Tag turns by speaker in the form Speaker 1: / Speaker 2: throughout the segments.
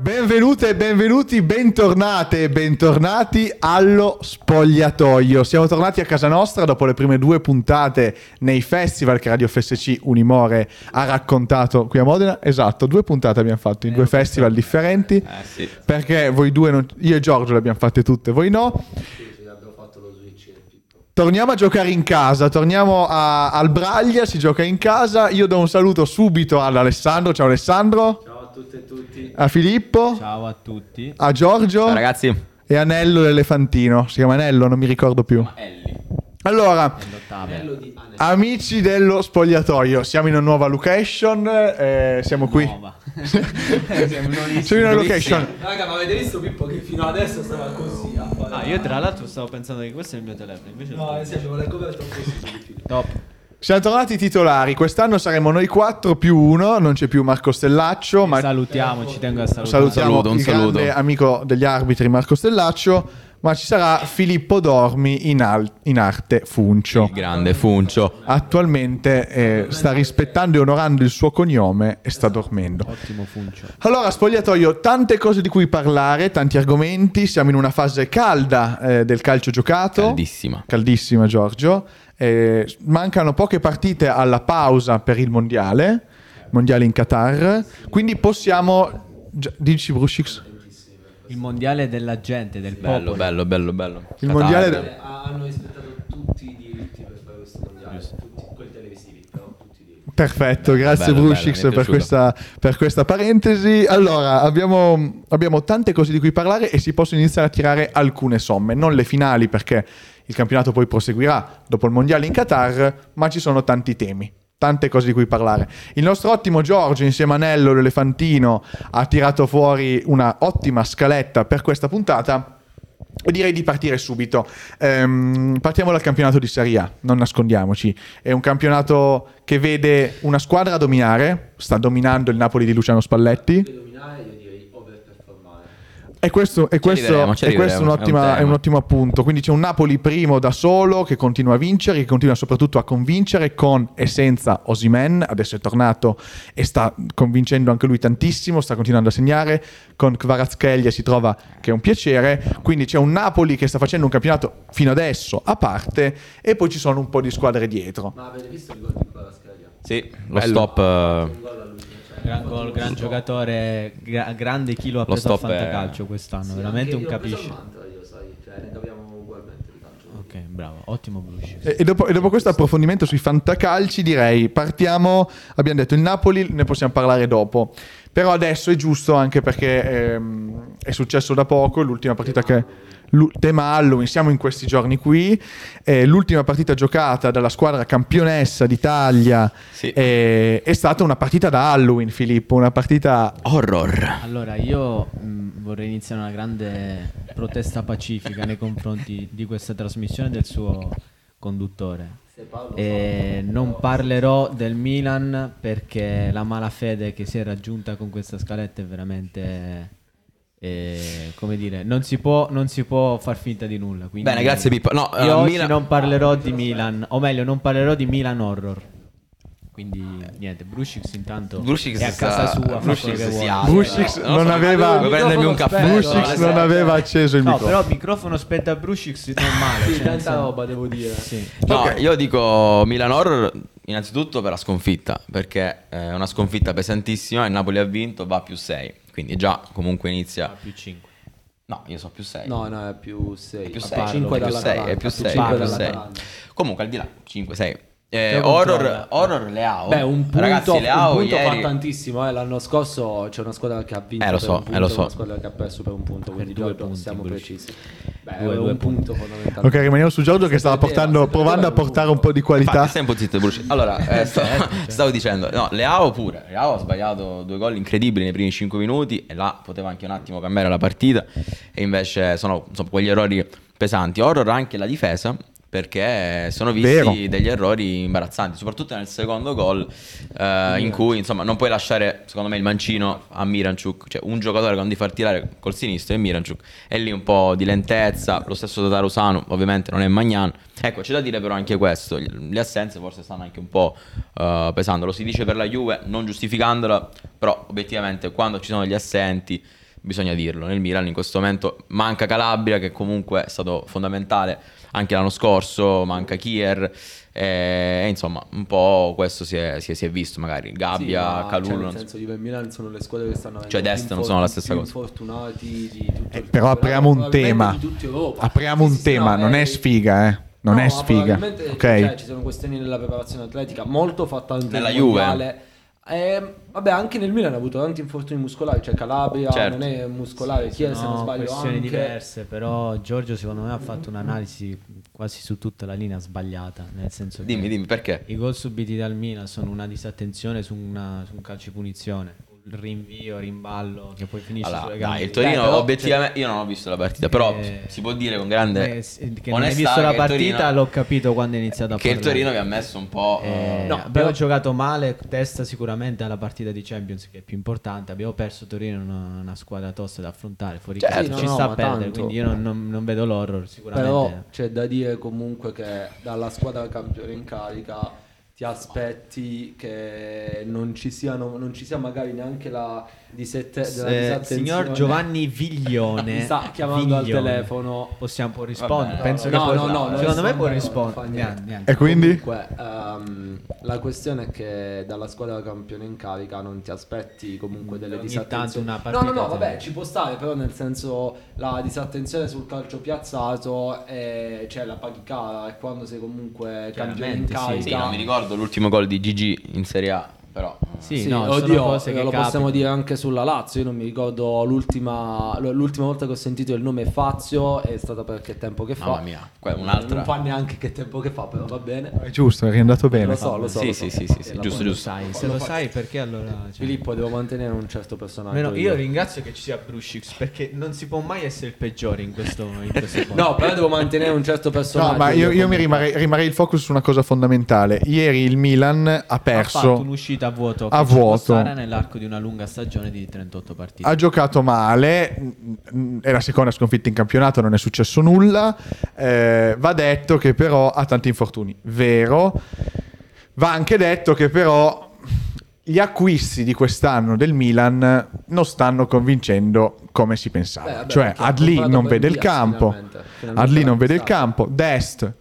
Speaker 1: Benvenute e benvenuti, bentornate e bentornati allo spogliatoio. Siamo tornati a casa nostra dopo le prime due puntate nei festival che Radio FSC Unimore ha raccontato qui a Modena. Esatto, due puntate abbiamo fatto in due festival differenti.
Speaker 2: Eh sì.
Speaker 1: Perché voi due, non- io e Giorgio le abbiamo fatte tutte, voi no. Torniamo a giocare in casa, torniamo a- al Braglia, si gioca in casa. Io do un saluto subito ad Alessandro, ciao Alessandro. Ciao a tutte e tutti. A Filippo.
Speaker 3: Ciao a tutti.
Speaker 1: a Giorgio
Speaker 2: Ciao ragazzi.
Speaker 1: e Anello l'elefantino. Si chiama Anello, non mi ricordo più. Allora,
Speaker 3: L'ottava.
Speaker 1: amici dello spogliatoio, siamo in una nuova location. eh, siamo qui.
Speaker 3: Nuova.
Speaker 1: siamo in una location.
Speaker 4: Raga, ma avete visto Pippo che fino adesso stava così a fare.
Speaker 3: Ah, io tra l'altro stavo pensando che questo è il mio telefono, invece
Speaker 4: No, nel senso, le coperto così.
Speaker 3: Top.
Speaker 1: Siamo tornati titolari. Quest'anno saremo noi quattro più uno. Non c'è più Marco Stellaccio, ma
Speaker 3: Salutiamo, ci tengo a salutare.
Speaker 1: salutiamo
Speaker 2: saluto, un
Speaker 1: il grande
Speaker 2: saluto.
Speaker 1: amico degli arbitri Marco Stellaccio. Ma ci sarà Filippo Dormi in, al- in arte Funcio.
Speaker 2: Il grande Funcio.
Speaker 1: Attualmente eh, sta rispettando e onorando il suo cognome e sta dormendo.
Speaker 3: Ottimo funcio.
Speaker 1: Allora, spogliatoio, tante cose di cui parlare, tanti argomenti. Siamo in una fase calda eh, del calcio giocato.
Speaker 2: Caldissima.
Speaker 1: Caldissima, Giorgio. Eh, mancano poche partite alla pausa per il mondiale, mondiale in Qatar. Quindi possiamo. Gi- Dici, Brushix?
Speaker 3: Il mondiale della gente, del
Speaker 2: Bello,
Speaker 3: popolo.
Speaker 2: bello, bello, bello.
Speaker 1: Oh, Il
Speaker 2: Qatar.
Speaker 1: mondiale de-
Speaker 4: Hanno rispettato tutti i diritti per fare questo mondiale. Tutti quelli televisivi, però tutti i diritti.
Speaker 1: Perfetto,
Speaker 2: Bello,
Speaker 1: grazie
Speaker 2: bello,
Speaker 1: Brushix
Speaker 2: bello, mi
Speaker 1: per,
Speaker 2: è piaciuto.
Speaker 1: questa, per questa parentesi. Allora, abbiamo, abbiamo tante cose di cui parlare e si possono iniziare a tirare alcune somme, non le finali perché il campionato poi proseguirà dopo il mondiale in Qatar, ma ci sono tanti temi. Tante cose di cui parlare. Il nostro ottimo Giorgio, insieme a Nello l'Elefantino, ha tirato fuori una ottima scaletta per questa puntata. E Direi di partire subito. Ehm, partiamo dal campionato di Serie A, non nascondiamoci. È un campionato che vede una squadra dominare, sta dominando il Napoli di Luciano Spalletti.
Speaker 4: Per dominare io direi overperformare.
Speaker 1: E questo, e questo-
Speaker 2: arriveremo, ci
Speaker 1: e questo è,
Speaker 2: arriveremo,
Speaker 1: un'ottima-
Speaker 2: è un tema.
Speaker 1: è un ottimo appunto. Quindi c'è un Napoli primo da solo che continua a vincere, che continua soprattutto a convincere con e senza Osimen. Adesso è tornato e sta convincendo anche lui tantissimo, sta continuando a segnare. Con Kvaratskhelia si trova che è un piacere. Quindi c'è un Napoli che sta facendo un campionato fino adesso a parte e poi ci sono un po' di squadre dietro.
Speaker 4: Ma avete visto il gol di qua la scheda?
Speaker 2: Sì, lo stop, eh,
Speaker 4: Un gol all'ultimo. Cioè,
Speaker 3: Gran gol, gran giocatore, gra- grande chilo ha
Speaker 2: Lo
Speaker 3: preso al
Speaker 2: stop è-
Speaker 3: fantacalcio quest'anno,
Speaker 4: Sì,
Speaker 3: veramente
Speaker 4: anche
Speaker 3: un
Speaker 4: io ho preso
Speaker 3: capisce.
Speaker 4: il manto, io, sai, cioè, ne capiamo ugualmente di calcio.
Speaker 3: Ok, bravo, ottimo Bruce.
Speaker 1: E e dopo, e dopo questo approfondimento sui fantacalci direi partiamo, abbiamo detto il Napoli, ne possiamo parlare dopo. Però adesso è giusto anche perché ehm, è successo da poco, l'ultima partita che... l'u- tema Halloween, siamo in questi giorni qui, eh, l'ultima partita giocata dalla squadra campionessa d'Italia
Speaker 2: Sì.
Speaker 1: eh, è stata una partita da Halloween Filippo, una partita...
Speaker 2: horror.
Speaker 3: Allora, io mh, vorrei iniziare una grande protesta pacifica nei confronti di questa trasmissione e del suo conduttore.
Speaker 4: Se Paolo
Speaker 3: E non parlerò del Milan perché la malafede che si è raggiunta con questa scaletta è veramente... eh, come dire, non si, può, non si può far finta di nulla. quindi-
Speaker 2: Bene, grazie Pippo. No, eh,
Speaker 3: io oggi
Speaker 2: Milan-
Speaker 3: non parlerò
Speaker 4: Ah,
Speaker 3: di Milan, o meglio, non parlerò di Milan Horror. Quindi niente, Brushix intanto
Speaker 2: Brushix
Speaker 3: è a
Speaker 2: Ah, eh. sta-
Speaker 3: casa sua, fa
Speaker 2: Brushix
Speaker 3: quello che
Speaker 2: si
Speaker 3: vuole.
Speaker 2: alza.
Speaker 1: Brushix
Speaker 2: no,
Speaker 1: non
Speaker 2: no,
Speaker 1: aveva...
Speaker 2: devo prendermi un caffè.
Speaker 1: Brushix non aveva acceso il
Speaker 3: eh, No,
Speaker 1: microfono.
Speaker 3: però microfono spetta a Brushix normale.
Speaker 4: Sì,
Speaker 3: cioè,
Speaker 4: tanta
Speaker 3: insomma.
Speaker 4: roba, devo dire.
Speaker 3: Sì.
Speaker 2: No,
Speaker 1: Ok.
Speaker 2: io dico Milan Horror innanzitutto per la sconfitta, perché eh, è una sconfitta pesantissima, il Napoli ha vinto, va a più 6, quindi già comunque
Speaker 3: Ah,
Speaker 2: inizia...
Speaker 3: più 5.
Speaker 2: No, io so più 6.
Speaker 4: Eh, No, no, è più 6.
Speaker 2: È più
Speaker 3: sei, è più
Speaker 2: sei, è più sei,
Speaker 3: è più
Speaker 2: Comunque al di là, 5, 6.
Speaker 3: Che
Speaker 2: horror,
Speaker 3: controlla.
Speaker 2: horror Leao.
Speaker 4: Beh, Ah, un punto,
Speaker 2: oh, Ragazzi, Leao
Speaker 4: un punto
Speaker 2: ieri...
Speaker 4: fa tantissimo. eh. L'anno scorso c'è una squadra che ha vinto.
Speaker 2: Eh, lo
Speaker 4: per
Speaker 2: so,
Speaker 4: un punto,
Speaker 2: eh, lo so.
Speaker 4: Una squadra che ha perso per un punto. Quindi,
Speaker 3: due
Speaker 4: Giorgio,
Speaker 3: punti,
Speaker 4: siamo
Speaker 3: Bruce.
Speaker 4: precisi. Beh,
Speaker 3: Due,
Speaker 4: è
Speaker 3: due
Speaker 4: un
Speaker 3: punti.
Speaker 4: punto fondamentale.
Speaker 1: Ok, rimaniamo su Giorgio che stava
Speaker 4: Si perdeva,
Speaker 1: portando,
Speaker 4: si perdeva
Speaker 1: provando a
Speaker 4: il punto.
Speaker 1: portare un po' di
Speaker 2: Infatti,
Speaker 1: qualità.
Speaker 2: stai un po' zitto, Bruce. Allora, eh, sto-
Speaker 4: certo.
Speaker 2: stavo dicendo, no, Leao pure. Leao ha sbagliato due gol incredibili nei primi 5 minuti e là poteva anche un attimo cambiare la partita. E invece sono, sono quegli errori pesanti. Horror anche la difesa. Perché sono visti
Speaker 1: Vero.
Speaker 2: degli errori imbarazzanti, soprattutto nel secondo gol, eh, in cui insomma non puoi lasciare, secondo me, il mancino a Miranchuk, cioè un giocatore quando ti far tirare col sinistro è Miranchuk, e lì un po' di lentezza, lo stesso Tatarusano, ovviamente non è Magnan. Ecco, c'è da dire però anche questo, le assenze forse stanno anche un po' eh, pesando, lo si dice per la Juve, non giustificandola, però obiettivamente quando ci sono gli assenti bisogna dirlo, nel Milan in questo momento manca Calabria che comunque è stato fondamentale anche l'anno scorso, manca Kier eh, e, e insomma un po' questo si è, si è- si è visto magari, Gabbia,
Speaker 4: ma,
Speaker 2: Calulu,
Speaker 4: Cioè,
Speaker 2: non
Speaker 4: nel
Speaker 2: so.
Speaker 4: senso, Juve e Milan sono le squadre che stanno avendo
Speaker 2: Cioè,
Speaker 4: più
Speaker 2: destra non
Speaker 4: infor-
Speaker 2: sono la stessa
Speaker 4: più
Speaker 2: cosa.
Speaker 4: infortunati di tutto
Speaker 1: Eh,
Speaker 4: il
Speaker 1: però
Speaker 4: campionato,
Speaker 1: apriamo un
Speaker 4: probabilmente
Speaker 1: tema.
Speaker 4: di tutta Europa.
Speaker 1: Apriamo
Speaker 4: Sì,
Speaker 1: un
Speaker 4: sì, sì,
Speaker 1: tema,
Speaker 4: no,
Speaker 1: non
Speaker 4: eh,
Speaker 1: è sfiga, eh. Non
Speaker 4: no,
Speaker 1: è
Speaker 4: ma
Speaker 1: sfiga.
Speaker 4: probabilmente,
Speaker 1: Ok.
Speaker 4: cioè, ci sono questioni nella preparazione atletica molto fatta anche
Speaker 2: Nella
Speaker 4: nel
Speaker 2: Juve.
Speaker 4: mondiale. Eh, vabbè, anche nel Milan ha avuto tanti infortuni muscolari, cioè Calabria
Speaker 2: Certo.
Speaker 4: non è muscolare, chi è se non
Speaker 3: sono
Speaker 4: sbaglio
Speaker 3: questioni
Speaker 4: anche
Speaker 3: diverse, però Giorgio secondo me ha fatto un'analisi quasi su tutta la linea sbagliata, nel senso che
Speaker 2: Dimmi, dimmi perché?
Speaker 3: i gol subiti dal Milan sono una disattenzione su, una- su un calcio di punizione, un rinvio, rimballo che poi finisce
Speaker 2: Allora,
Speaker 3: sulle
Speaker 2: dai,
Speaker 3: gambe. cioè
Speaker 2: il Torino
Speaker 4: Beh, però,
Speaker 2: obiettivamente io non ho visto la partita, però
Speaker 3: Eh,
Speaker 2: si può dire con grande
Speaker 3: eh, sì, che non hai
Speaker 2: onestà
Speaker 3: visto la
Speaker 2: che il
Speaker 3: partita,
Speaker 2: Torino-
Speaker 3: l'ho capito quando è iniziato a
Speaker 2: che il
Speaker 3: parlare.
Speaker 2: Torino vi ha messo un po'
Speaker 3: Eh,
Speaker 2: eh,
Speaker 4: no,
Speaker 3: abbiamo
Speaker 4: però-
Speaker 3: giocato male, testa sicuramente alla partita di Champions che è più importante. Abbiamo perso Torino, una, una squadra tosta da affrontare. Fuori
Speaker 2: Certo.
Speaker 3: casa
Speaker 2: Sì,
Speaker 3: ci
Speaker 4: no, no,
Speaker 3: sta a
Speaker 4: ma
Speaker 3: perdere,
Speaker 4: tanto.
Speaker 3: quindi io non, non- non vedo l'horror. Sicuramente,
Speaker 4: Però c'è da dire comunque che dalla squadra campione in carica ti aspetti che non ci, siano, non ci sia magari neanche la disette, della
Speaker 3: Eh,
Speaker 4: disattenzione.
Speaker 3: signor Giovanni Viglione
Speaker 4: Mi sta chiamando al
Speaker 3: Viglione.
Speaker 4: telefono.
Speaker 3: Possiamo può rispondere.
Speaker 2: Vabbè.
Speaker 3: Penso
Speaker 4: No,
Speaker 3: che
Speaker 4: no,
Speaker 3: può-
Speaker 4: no, no,
Speaker 3: secondo me
Speaker 4: adesso
Speaker 3: può
Speaker 4: no, fa
Speaker 3: rispondere.
Speaker 4: niente.
Speaker 3: Neanche, neanche.
Speaker 1: E quindi?
Speaker 4: Comunque, ehm, la questione è che dalla squadra campione in carica non ti aspetti comunque delle
Speaker 3: Ogni
Speaker 4: disattenzioni.
Speaker 3: tanto una
Speaker 4: no, no,
Speaker 3: partita
Speaker 4: no, vabbè,
Speaker 3: te-
Speaker 4: ci può stare, però nel senso la disattenzione sul calcio piazzato eh, cioè la paghi cara e quando sei comunque campione in
Speaker 3: Chiaramente, sì.
Speaker 4: carica.
Speaker 2: eh, Sì, non mi ricordo l'ultimo gol di Gigi in Serie A, però eh,
Speaker 3: Sì,
Speaker 4: Sì,
Speaker 3: no, sono
Speaker 4: oddio,
Speaker 3: cose che
Speaker 4: lo possiamo
Speaker 3: capitano.
Speaker 4: dire anche sulla Lazio. Io non mi ricordo l'ultima, l- l'ultima volta che ho sentito il nome Fazio è stata per che tempo che fa.
Speaker 2: Mamma mia, que- un'altra.
Speaker 4: Non fa neanche che tempo che fa, però va bene.
Speaker 1: È giusto, è andato bene.
Speaker 4: Lo so, lo so.
Speaker 2: Sì,
Speaker 4: lo
Speaker 2: sì,
Speaker 4: so.
Speaker 2: sì, sì, sì,
Speaker 4: Eh, la
Speaker 2: giusto,
Speaker 4: porta-
Speaker 3: Lo
Speaker 2: giusto.
Speaker 3: sai, se lo sai perché allora... cioè-
Speaker 4: Filippo, devo mantenere un certo personaggio.
Speaker 3: Almeno io ringrazio che ci sia Brushix perché non si può mai essere il peggiore in questo in questo modo.
Speaker 4: No, però devo mantenere un certo personaggio.
Speaker 1: No, ma io, io mi
Speaker 4: comunque.
Speaker 1: rimarrei, rimarrei il focus su una cosa fondamentale. Ieri il Milan ha
Speaker 3: ha fatto
Speaker 1: perso,
Speaker 3: un'uscita a vuoto
Speaker 1: A
Speaker 3: che ci può
Speaker 1: vuoto.
Speaker 3: stare nell'arco di una lunga stagione di 38 partite.
Speaker 1: ha giocato male, mh, mh, è la seconda sconfitta in campionato, non è successo nulla. Eh, va detto che però ha tanti infortuni, vero? Va anche detto che però gli acquisti di quest'anno del Milan non stanno convincendo come si pensava.
Speaker 4: Beh, Eh, vabbè,
Speaker 1: cioè
Speaker 4: perché ha
Speaker 1: Adli
Speaker 4: comprato
Speaker 1: non vede il
Speaker 4: Bendias,
Speaker 1: campo,
Speaker 4: finalmente. Finalmente
Speaker 1: Adli non
Speaker 4: l'ha
Speaker 1: vede il
Speaker 4: acquistato.
Speaker 1: campo, Dest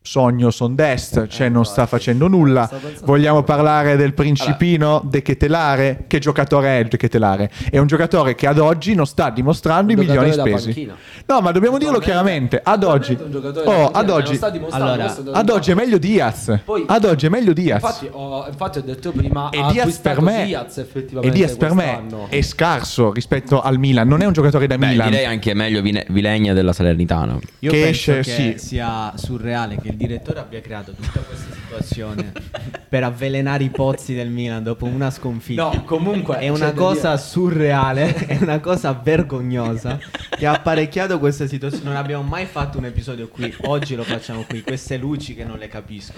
Speaker 1: sogno son dest, cioè
Speaker 4: Eh,
Speaker 1: non sta
Speaker 4: infatti.
Speaker 1: facendo nulla.
Speaker 4: Sta pensando-
Speaker 1: Vogliamo parlare del principino De Chetelare? Che giocatore è il De Chetelare? È un giocatore che ad oggi non sta dimostrando
Speaker 4: Un
Speaker 1: i milioni
Speaker 4: giocatore da
Speaker 1: spesi.
Speaker 4: panchina.
Speaker 1: No, ma dobbiamo dirlo
Speaker 4: Totalmente-
Speaker 1: chiaramente, ad oggi
Speaker 4: totalmente un giocatore da
Speaker 1: Oh,
Speaker 4: panchina,
Speaker 1: ad
Speaker 4: non
Speaker 1: oggi
Speaker 4: sta dimostrando,
Speaker 3: Allora,
Speaker 4: questo devo
Speaker 1: ad
Speaker 4: dire.
Speaker 1: oggi è meglio Diaz.
Speaker 4: Poi-
Speaker 1: Ad oggi è meglio Diaz.
Speaker 4: Infatti ho, infatti ho detto prima
Speaker 1: e
Speaker 4: ha
Speaker 1: Diaz per
Speaker 4: acquistato
Speaker 1: me,
Speaker 4: Diaz
Speaker 1: e
Speaker 4: effettivamente
Speaker 1: Diaz per me
Speaker 4: quest'anno.
Speaker 1: è scarso rispetto al Milan. Non è un giocatore da
Speaker 2: Beh,
Speaker 1: Milan. Cioè,
Speaker 2: direi anche meglio Vine- Vilegna della Salernitana.
Speaker 3: Io
Speaker 1: che
Speaker 3: penso
Speaker 1: esce,
Speaker 3: che
Speaker 1: sì.
Speaker 3: sia surreale che il direttore abbia creato tutta questa situazione per avvelenare i pozzi del Milan dopo una sconfitta.
Speaker 4: No, comunque,
Speaker 3: è
Speaker 4: c'è
Speaker 3: una
Speaker 4: da
Speaker 3: cosa
Speaker 4: dire-
Speaker 3: surreale, è una cosa vergognosa che ha apparecchiato questa situazione. Non abbiamo mai fatto un episodio qui, oggi lo facciamo qui. Queste luci che non le capisco.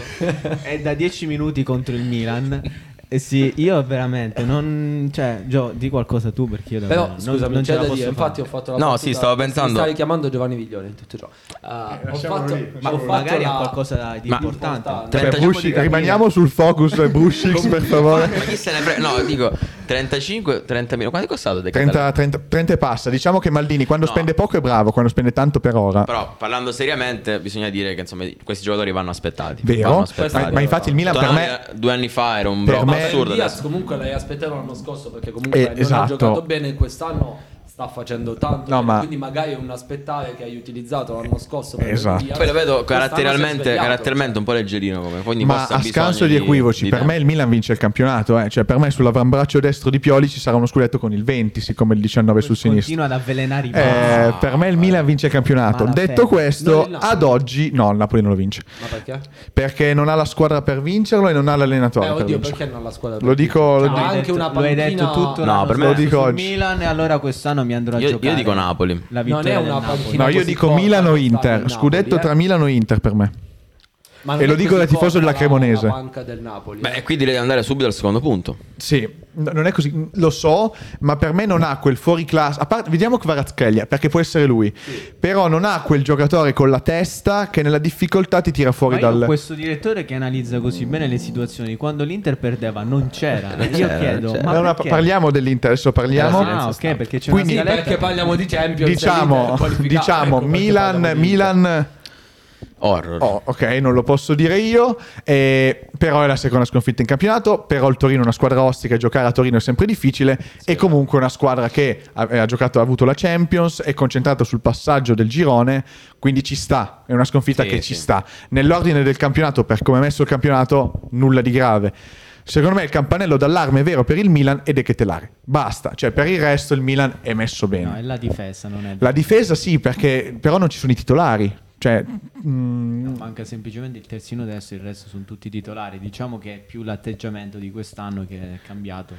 Speaker 3: È da 10 minuti contro il Milan. Eh sì, io veramente non cioè, Gio, di qualcosa tu perché io davvero
Speaker 4: Però
Speaker 3: non,
Speaker 4: scusami,
Speaker 3: non
Speaker 4: c'è
Speaker 3: ce la
Speaker 4: da
Speaker 3: posso
Speaker 4: dire,
Speaker 3: fare.
Speaker 4: infatti ho fatto la
Speaker 2: No,
Speaker 4: battuta-
Speaker 2: sì, stavo
Speaker 4: mi
Speaker 2: pensando-
Speaker 4: Stavi chiamando Giovanni Viglione in tutto ciò.
Speaker 3: Eh,
Speaker 4: Ah, ho fatto, ho fatto
Speaker 3: magari
Speaker 4: la-
Speaker 3: ha qualcosa di
Speaker 2: Ma-
Speaker 3: importante.
Speaker 2: Tre-
Speaker 1: Cioè,
Speaker 2: 35
Speaker 1: Brushi-
Speaker 2: di capire.
Speaker 1: rimaniamo sul focus e Brushix, per favore.
Speaker 2: Ma chi se ne frega? No, dico 35, 30 mila. Quanto è costato De
Speaker 1: 30,
Speaker 2: Català?
Speaker 1: 30 30 e passa. Diciamo che Maldini quando
Speaker 2: No.
Speaker 1: spende poco è bravo, quando spende tanto per ora.
Speaker 2: Però parlando seriamente, bisogna dire che insomma questi giocatori vanno aspettati. Vanno
Speaker 1: Vero?
Speaker 2: aspettati.
Speaker 1: Ma, ma infatti il Milan per
Speaker 2: Tonali,
Speaker 1: me...
Speaker 2: eh, due anni fa era un
Speaker 1: per
Speaker 2: bro
Speaker 1: me-
Speaker 2: assurdo.
Speaker 4: Diaz
Speaker 2: adesso.
Speaker 4: comunque l'hai aspettato l'anno scorso perché comunque
Speaker 1: Eh,
Speaker 4: non
Speaker 1: esatto.
Speaker 4: ha giocato bene quest'anno sta facendo tanto
Speaker 1: No,
Speaker 4: bene,
Speaker 1: ma-
Speaker 4: quindi magari è un aspettare che hai utilizzato l'anno scorso per
Speaker 1: Esatto.
Speaker 4: Diaz.
Speaker 2: Poi lo vedo
Speaker 4: Quest'anno si è
Speaker 2: caratterialmente,
Speaker 4: svegliato.
Speaker 2: caratterialmente un po' leggerino come quindi
Speaker 1: Ma
Speaker 2: forse ha
Speaker 1: a
Speaker 2: bisogno
Speaker 1: scanso di equivoci, per me
Speaker 2: tempo.
Speaker 1: il Milan vince il campionato. eh. Cioè, per me sull'avambraccio destro di Pioli ci sarà uno scudetto con il 20, siccome il 19 sul sinistro.
Speaker 3: Continua ad avvelenare i
Speaker 1: Eh,
Speaker 3: passi.
Speaker 1: per me il Milan vince il campionato.
Speaker 3: Ma la
Speaker 1: Detto
Speaker 3: fe-
Speaker 1: questo,
Speaker 4: Non il Napoli.
Speaker 1: ad oggi no, il Napoli non lo vince
Speaker 4: ma perché?
Speaker 1: perché non ha la squadra per vincerlo e non ha l'allenatore
Speaker 4: Eh,
Speaker 1: per
Speaker 4: oddio,
Speaker 1: vincerlo.
Speaker 4: perché non la squadra?
Speaker 1: Lo dico, lo
Speaker 4: No,
Speaker 1: dico-
Speaker 4: anche
Speaker 3: detto-
Speaker 4: una
Speaker 3: Lo hai detto
Speaker 4: panchina-
Speaker 3: tutto
Speaker 2: No,
Speaker 3: l'anno
Speaker 2: per me-
Speaker 3: scorso
Speaker 1: Lo dico
Speaker 3: sul
Speaker 1: oggi.
Speaker 3: Milan e allora quest'anno mi andrò a
Speaker 2: Io- io
Speaker 3: giocare.
Speaker 2: dico Napoli.
Speaker 3: La vittoria
Speaker 4: Non è
Speaker 3: del
Speaker 4: una
Speaker 3: Napoli.
Speaker 4: panchina-
Speaker 1: No, io
Speaker 4: così
Speaker 1: dico
Speaker 4: forte,
Speaker 1: Milano
Speaker 4: sta in
Speaker 1: Inter,
Speaker 4: Napoli,
Speaker 1: scudetto
Speaker 4: eh.
Speaker 1: tra Milano e Inter per me.
Speaker 4: Ma non
Speaker 1: e
Speaker 4: è
Speaker 1: lo dico
Speaker 4: così
Speaker 1: da tifoso
Speaker 4: povera
Speaker 1: della Cremonese.
Speaker 4: La banca del Napoli.
Speaker 2: Beh,
Speaker 4: eh.
Speaker 2: qui direi di andare subito al secondo punto.
Speaker 1: Sì, no- non è così, lo so, ma per me non ha quel fuori classe. A parte, vediamo Kvaratskhelia, perché può essere lui. Però non ha quel giocatore con la testa che nella difficoltà ti tira fuori
Speaker 3: Ma io
Speaker 1: dal...
Speaker 3: questo direttore che analizza così bene le situazioni quando l'Inter perdeva non c'era.
Speaker 2: Mm. Non
Speaker 3: Io
Speaker 2: c'era,
Speaker 3: chiedo,
Speaker 2: non c'era.
Speaker 3: ma
Speaker 1: Allora,
Speaker 3: perché?
Speaker 1: parliamo dell'Inter, adesso parliamo.
Speaker 3: Ah, ok, perché c'è
Speaker 1: Quindi-
Speaker 3: una
Speaker 4: Sì,
Speaker 3: scaletta.
Speaker 4: perché parliamo di Champions Ecco,
Speaker 1: diciamo, diciamo
Speaker 3: eh,
Speaker 1: Milan, Milan...
Speaker 2: Horror.
Speaker 1: Oh, ok, non lo posso dire io, eh, però è la seconda sconfitta in campionato, però il Torino è una squadra ostica, e giocare a Torino è sempre difficile e comunque è una squadra che ha, ha giocato, ha avuto la Champions, è concentrata sul passaggio del girone, quindi ci sta, è una sconfitta
Speaker 2: Sì,
Speaker 1: che
Speaker 2: sì.
Speaker 1: ci sta. Nell'ordine del campionato, per come è messo il campionato, nulla di grave. Secondo me il campanello d'allarme è vero per il Milan ed è che telare. Basta, cioè per il resto il Milan è messo bene.
Speaker 3: No, è la difesa, non è
Speaker 1: La difesa sì, perché però non ci sono i titolari. Cioè, mm,
Speaker 3: No, Manca semplicemente il terzino destro, il resto sono tutti titolari. Diciamo che è più l'atteggiamento di quest'anno che è cambiato.